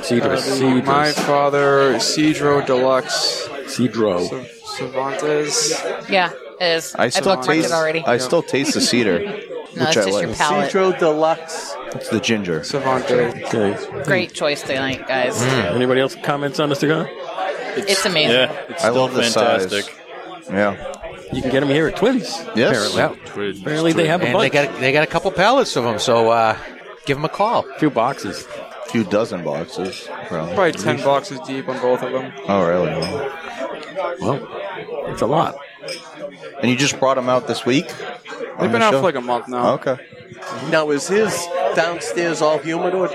Cedrus. Cedrus. Uh, My father, Cedro Deluxe. Cedro. Cerv- Cervantes. yeah, it is. I I still bookmarked taste. it already. I still taste the cedar, which it's I just like. your palate. Cedro Deluxe. It's the ginger. Cervantes. Okay. Great choice tonight, guys. Mm. Anybody else comments on the cigar? It's, amazing. Yeah, it's I still love the fantastic. size. Yeah. You can get them here at Twins. Yes. Apparently, apparently they have a and bunch. They got, they got a couple pallets of them, so uh, give them a call. A few boxes. A few dozen boxes. Probably. Probably 10 boxes deep on both of them. Oh, really? Well, it's a lot. And you just brought them out this week? They've been out for like a month now. Okay. Now is his downstairs all humidor?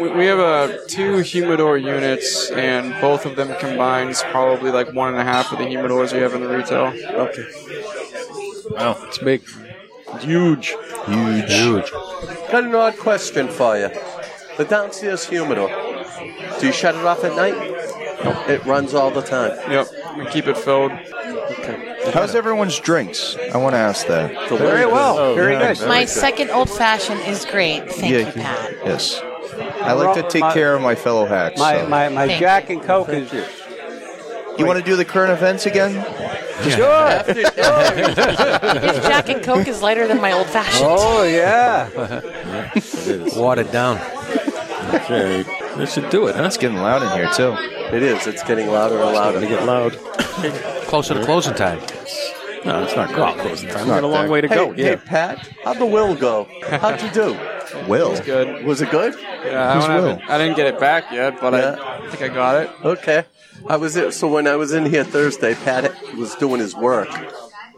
We, we have uh, two humidor units, and both of them combined is probably like one and a half of the humidors we have in the retail. Okay. Wow, it's big. It's huge. Huge. Huge. Got an odd question for you. The downstairs humidor. Do you shut it off at night? It runs all the time. Yep, we keep it filled. How's everyone's drinks? I want to ask that. Very well. Very yeah, good. very My good. second old fashioned is great. Thank Yeah, you, Pat. Yes. I like to take My- care of my fellow hacks. My, so. my, my Thank Jack and Coke is. you want to do the current events again? Sure. His Jack and Coke is lighter than my old fashioned. oh, yeah. Watered down. Okay, that should do it, huh? It's getting loud in here, too. It is. It's getting louder and They louder. get loud. Closer to closing time. No, it's not close. close time. We got a not long there. way to Hey, go. hey, Pat, how'd the will go? How'd you do? Will. Good. Was it good? Yeah, I, Who's don't have Will? it. I didn't get it back yet, but I, Yeah. think I got it. Okay. I was so when I was in here Thursday, Pat was doing his work,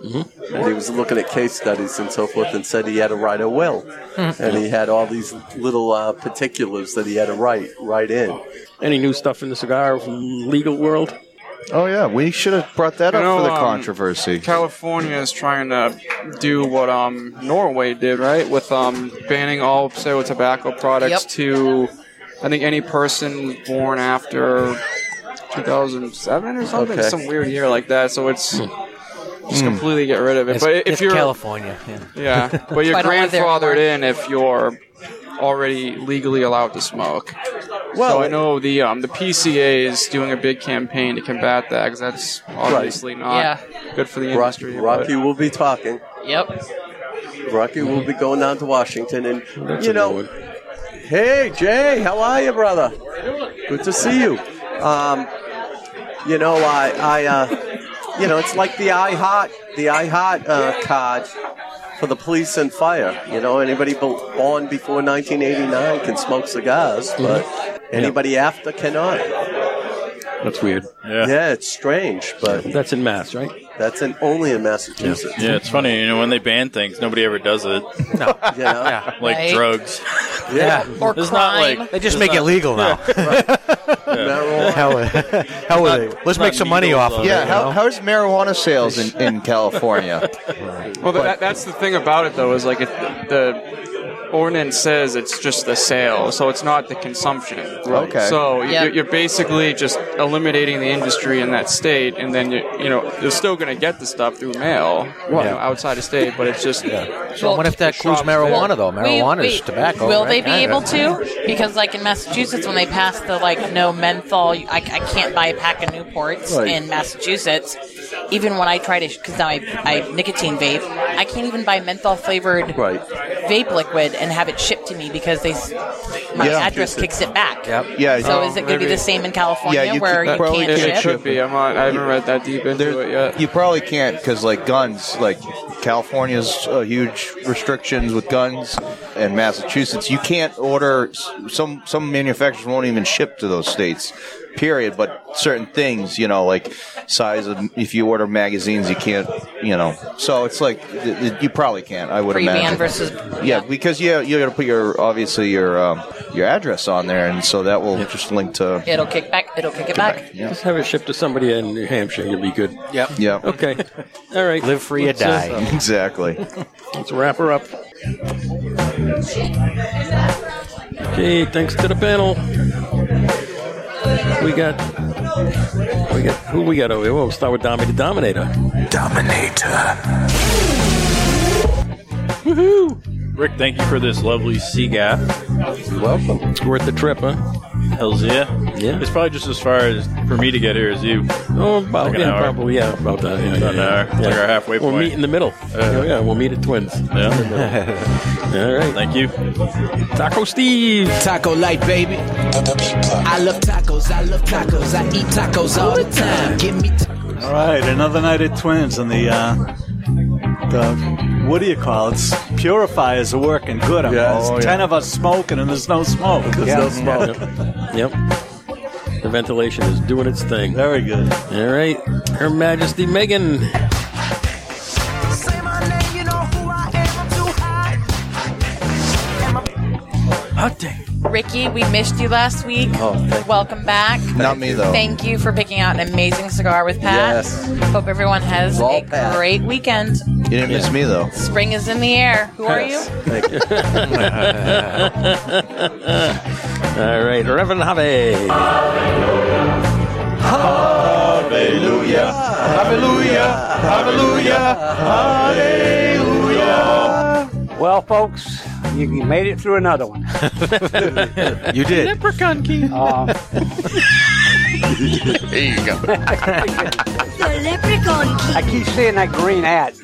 Mm-hmm. And he was looking at case studies and so forth and said he had to write a will. Mm-hmm. and he had all these little uh, particulars that he had to write, write in. Any new stuff in the cigar legal world? Oh yeah, we should have brought that You up for know, the um, controversy. California is trying to do what um, Norway did, right? With um, banning all pseudo tobacco products to, I think, any person born after 2007 or something, Okay. some weird year like that. So it's just completely get rid of it. It's- but if it's you're California, yeah. yeah, but I you're don't live there grandfathered in if you're already legally allowed to smoke. Well, I know the um, the PCA is doing a big campaign to combat that because that's obviously not good for the Rock- industry. but- Rocky will be talking. Yep. Rocky will be going down to Washington, and you know, hey Jay, how are you, brother? Good to see you. Um, you know, I, I, uh, you know, it's like the I Heart, the I Heart uh, card for the police and fire. You know, anybody bo- born before 1989 can smoke cigars, but anybody after cannot. That's weird. Yeah. it's strange, but that's in Mass, right? That's in only in Massachusetts. Yeah, it's funny. You know, when they ban things, nobody ever does it. No. Yeah. like Right. drugs. Yeah. Or It's not crime. like- They just it's make it not- legal now. Marijuana. How, how are they? Let's make some money off of it. Yeah, you how, know? how's marijuana sales in, in California? Well, that, that's the thing about it, though, is like it, the ordinance says it's just the sale, so it's not the consumption. Okay. So Yeah. you're, you're basically just eliminating the industry in that state, and then you you know you're still going to get the stuff through mail, you know, outside of state, but it's just. So what if that includes marijuana though? Marijuana is tobacco. Will they right? be able to? Because like in Massachusetts, when they passed the like no menthol, I, I can't buy a pack of Newports Right. in Massachusetts. Even when I try to, because now I, I nicotine vape, I can't even buy menthol flavored Right. vape liquid and have it shipped to me because they s- my Yeah. address kicks it back. Yep. Yeah. So Oh, is it going to be maybe. the same in California where you probably can't ship? can't ship be. I'm not, I haven't read that deep into it yet. You probably can't because, like, guns. Like, California's uh, huge restrictions with guns, and Massachusetts, you can't order. s- Some some manufacturers won't even ship to those states. Period. But certain things, you know, like size of if you order magazines, you can't. You know, so it's like th- th- you probably can't. I would Free imagine ban versus yeah, because you you got to put your obviously your um, your address on there, and so that will just link to. it'll kick back. It'll kick it back. Just have it shipped to somebody in New Hampshire. You'll be good. Yep. Yeah. Okay. All right. Live free or Let's, uh, die. Exactly. Let's wrap her up. Okay, thanks to the panel. We got we got who we got over here. We'll start with Domi the Dominator. Dominator. Woohoo! Rick, thank you for this lovely CGAF. You're welcome. It's worth the trip, huh? Hells yeah. Yeah. It's probably just as far as for me to get here as you. Oh, about Like an yeah, hour. probably yeah, about that. Yeah, About an yeah, hour. It's yeah. like our halfway We'll point. Uh, meet in the middle. yeah, yeah, we'll meet at Twins. Yeah. All right. Thank you. Taco Steve. Taco light, baby. I love tacos. I love tacos. I eat tacos all the time. Give me All right, another night at Twins, and the uh, the what do you call it? It's- Purifiers are working good. I'm Yeah. all- Oh, yeah. ten of us smoking, and there's no smoke. There's no smoke. Yep. The ventilation is doing its thing. Very good. All right. Her Majesty Megan. Ricky, we missed you last week. Oh, thank- Welcome back. Not me though. Thank you for picking out an amazing cigar with Pat. Yes. Hope everyone has a great weekend. You didn't miss me though. Spring is in the air. Who are you? Thank you. All right, Reverend Have. Hallelujah. Hallelujah. Hallelujah. Hallelujah. Well, folks, you you made it through another one. You did. Leprechaun King. There you go. I keep seeing that green ad.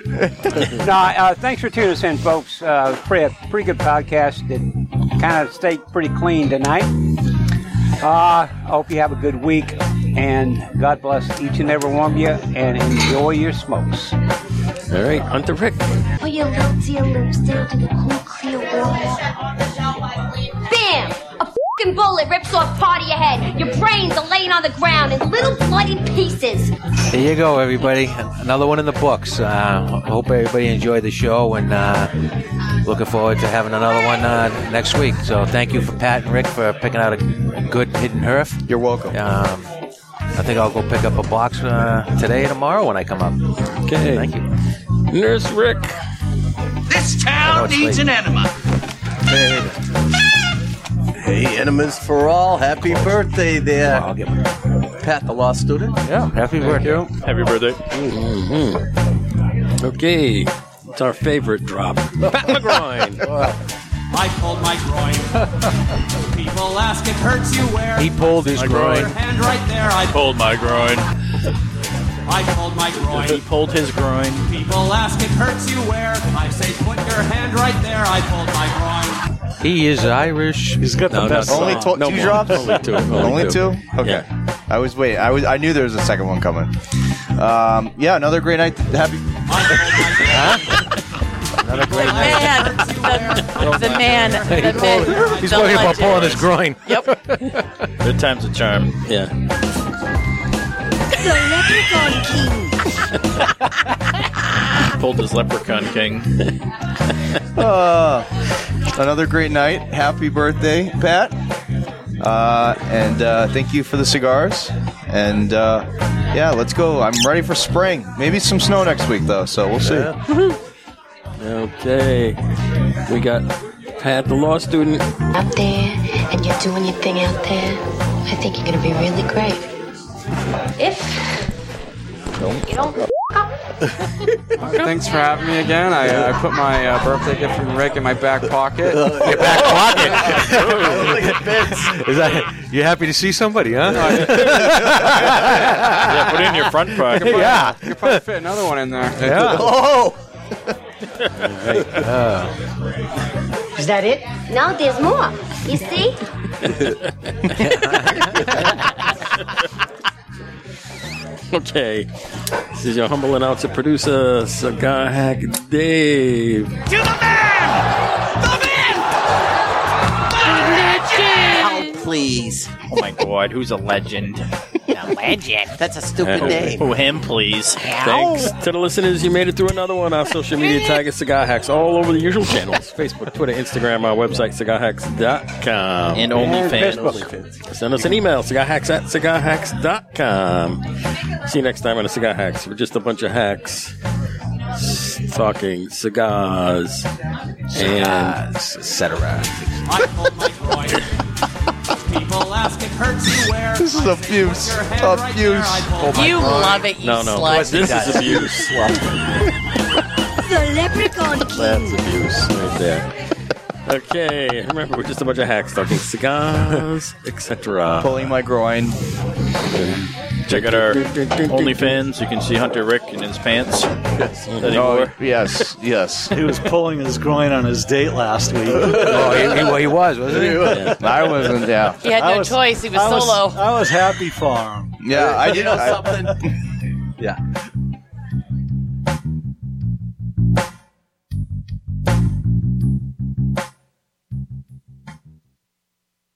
no, uh, thanks for tuning us in, folks. Uh, pretty, pretty good podcast. It kind of stayed pretty clean tonight. Uh, hope you have a good week, and God bless each and every one of you, and enjoy your smokes. All right, Hunter Rick. Put your little dear lips down to the cool, clear water. Bam! A fing bullet rips off part of your head. Your brains are laying on the ground in little bloody pieces. There you go, everybody. Another one in the books. Uh, hope everybody enjoyed the show and uh, looking forward to having another one uh, next week. So thank you for Pat and Rick for picking out a, a good hidden herf. You're welcome. Um, I think I'll go pick up a box uh, today or tomorrow when I come up. Okay. Thank you. Nurse Rick. This town needs an enema. Hey, enemas for all. Happy birthday there. Pat, the law student. Yeah, happy birthday. Happy birthday. Mm-hmm. Okay, it's our favorite drop. Pat McGroin. I pulled my groin. People ask it hurts you where. He pulled his Put groin. Your hand right there. I pulled my groin. I pulled my groin. He pulled his groin. People ask it hurts you where. I say put your hand right there. I pulled my groin. He is Irish. He's got the best only to- two drops. Only two. Only two. Okay. I was waiting. I was. I knew there was a second one coming. Um, yeah, another great night. Happy. another great Man, the, the man, the man. He's the worried about legend. pulling his groin. Yep. Third time's a charm. Yeah. The leprechaun king. Pulled his leprechaun king. Uh, another great night. Happy birthday, Pat. Uh, and uh, thank you for the cigars. And uh, yeah, let's go. I'm ready for spring. Maybe some snow next week, though, so we'll see. Okay, we got Pat, the law student. Up there, and you're doing your thing out there. I think you're gonna be really great. If you don't f- up, All right, thanks for having me again. I, I put my uh, birthday gift from Rick in my back pocket. Your back pocket? Is that you happy to see somebody, huh? yeah, put it in your front pocket. Yeah. You could probably fit another one in there. Yeah. Oh! uh, Is that it? No, there's more. You see? Okay, this is your humble announcer, producer, cigar hack Dave. To the man! The man! The legend! please. Oh my god, who's a legend? The legend. That's a stupid Oh. name. Oh, him, please. Thanks to the listeners, you made it through another one. Our social media tag is Cigar Hacks all over the usual channels Facebook, Twitter, Instagram, our website, cigarhacks.com. And OnlyFans. OnlyFans. Send us an email, cigarhacks at cigarhacks.com. See you next time on the Cigar Hacks. We're just a bunch of hacks talking cigars, and etc. I pulled my groin. People ask it hurts you where. This is abuse. Abuse. You love it, you No, no, slut. this is abuse. The leprechaun That's abuse right there. Okay, remember, we're just a bunch of hacks talking cigars, etc. Pulling my groin. Check out our OnlyFans. You can see Hunter Rick in his pants. Yes. Oh, Anymore. yes, yes. He was pulling his groin on his date last week. oh, he, he, well, he was, wasn't he? I wasn't, yeah. He had no choice. He was I solo. I was happy for him. Yeah, I You did. know I- something? Yeah.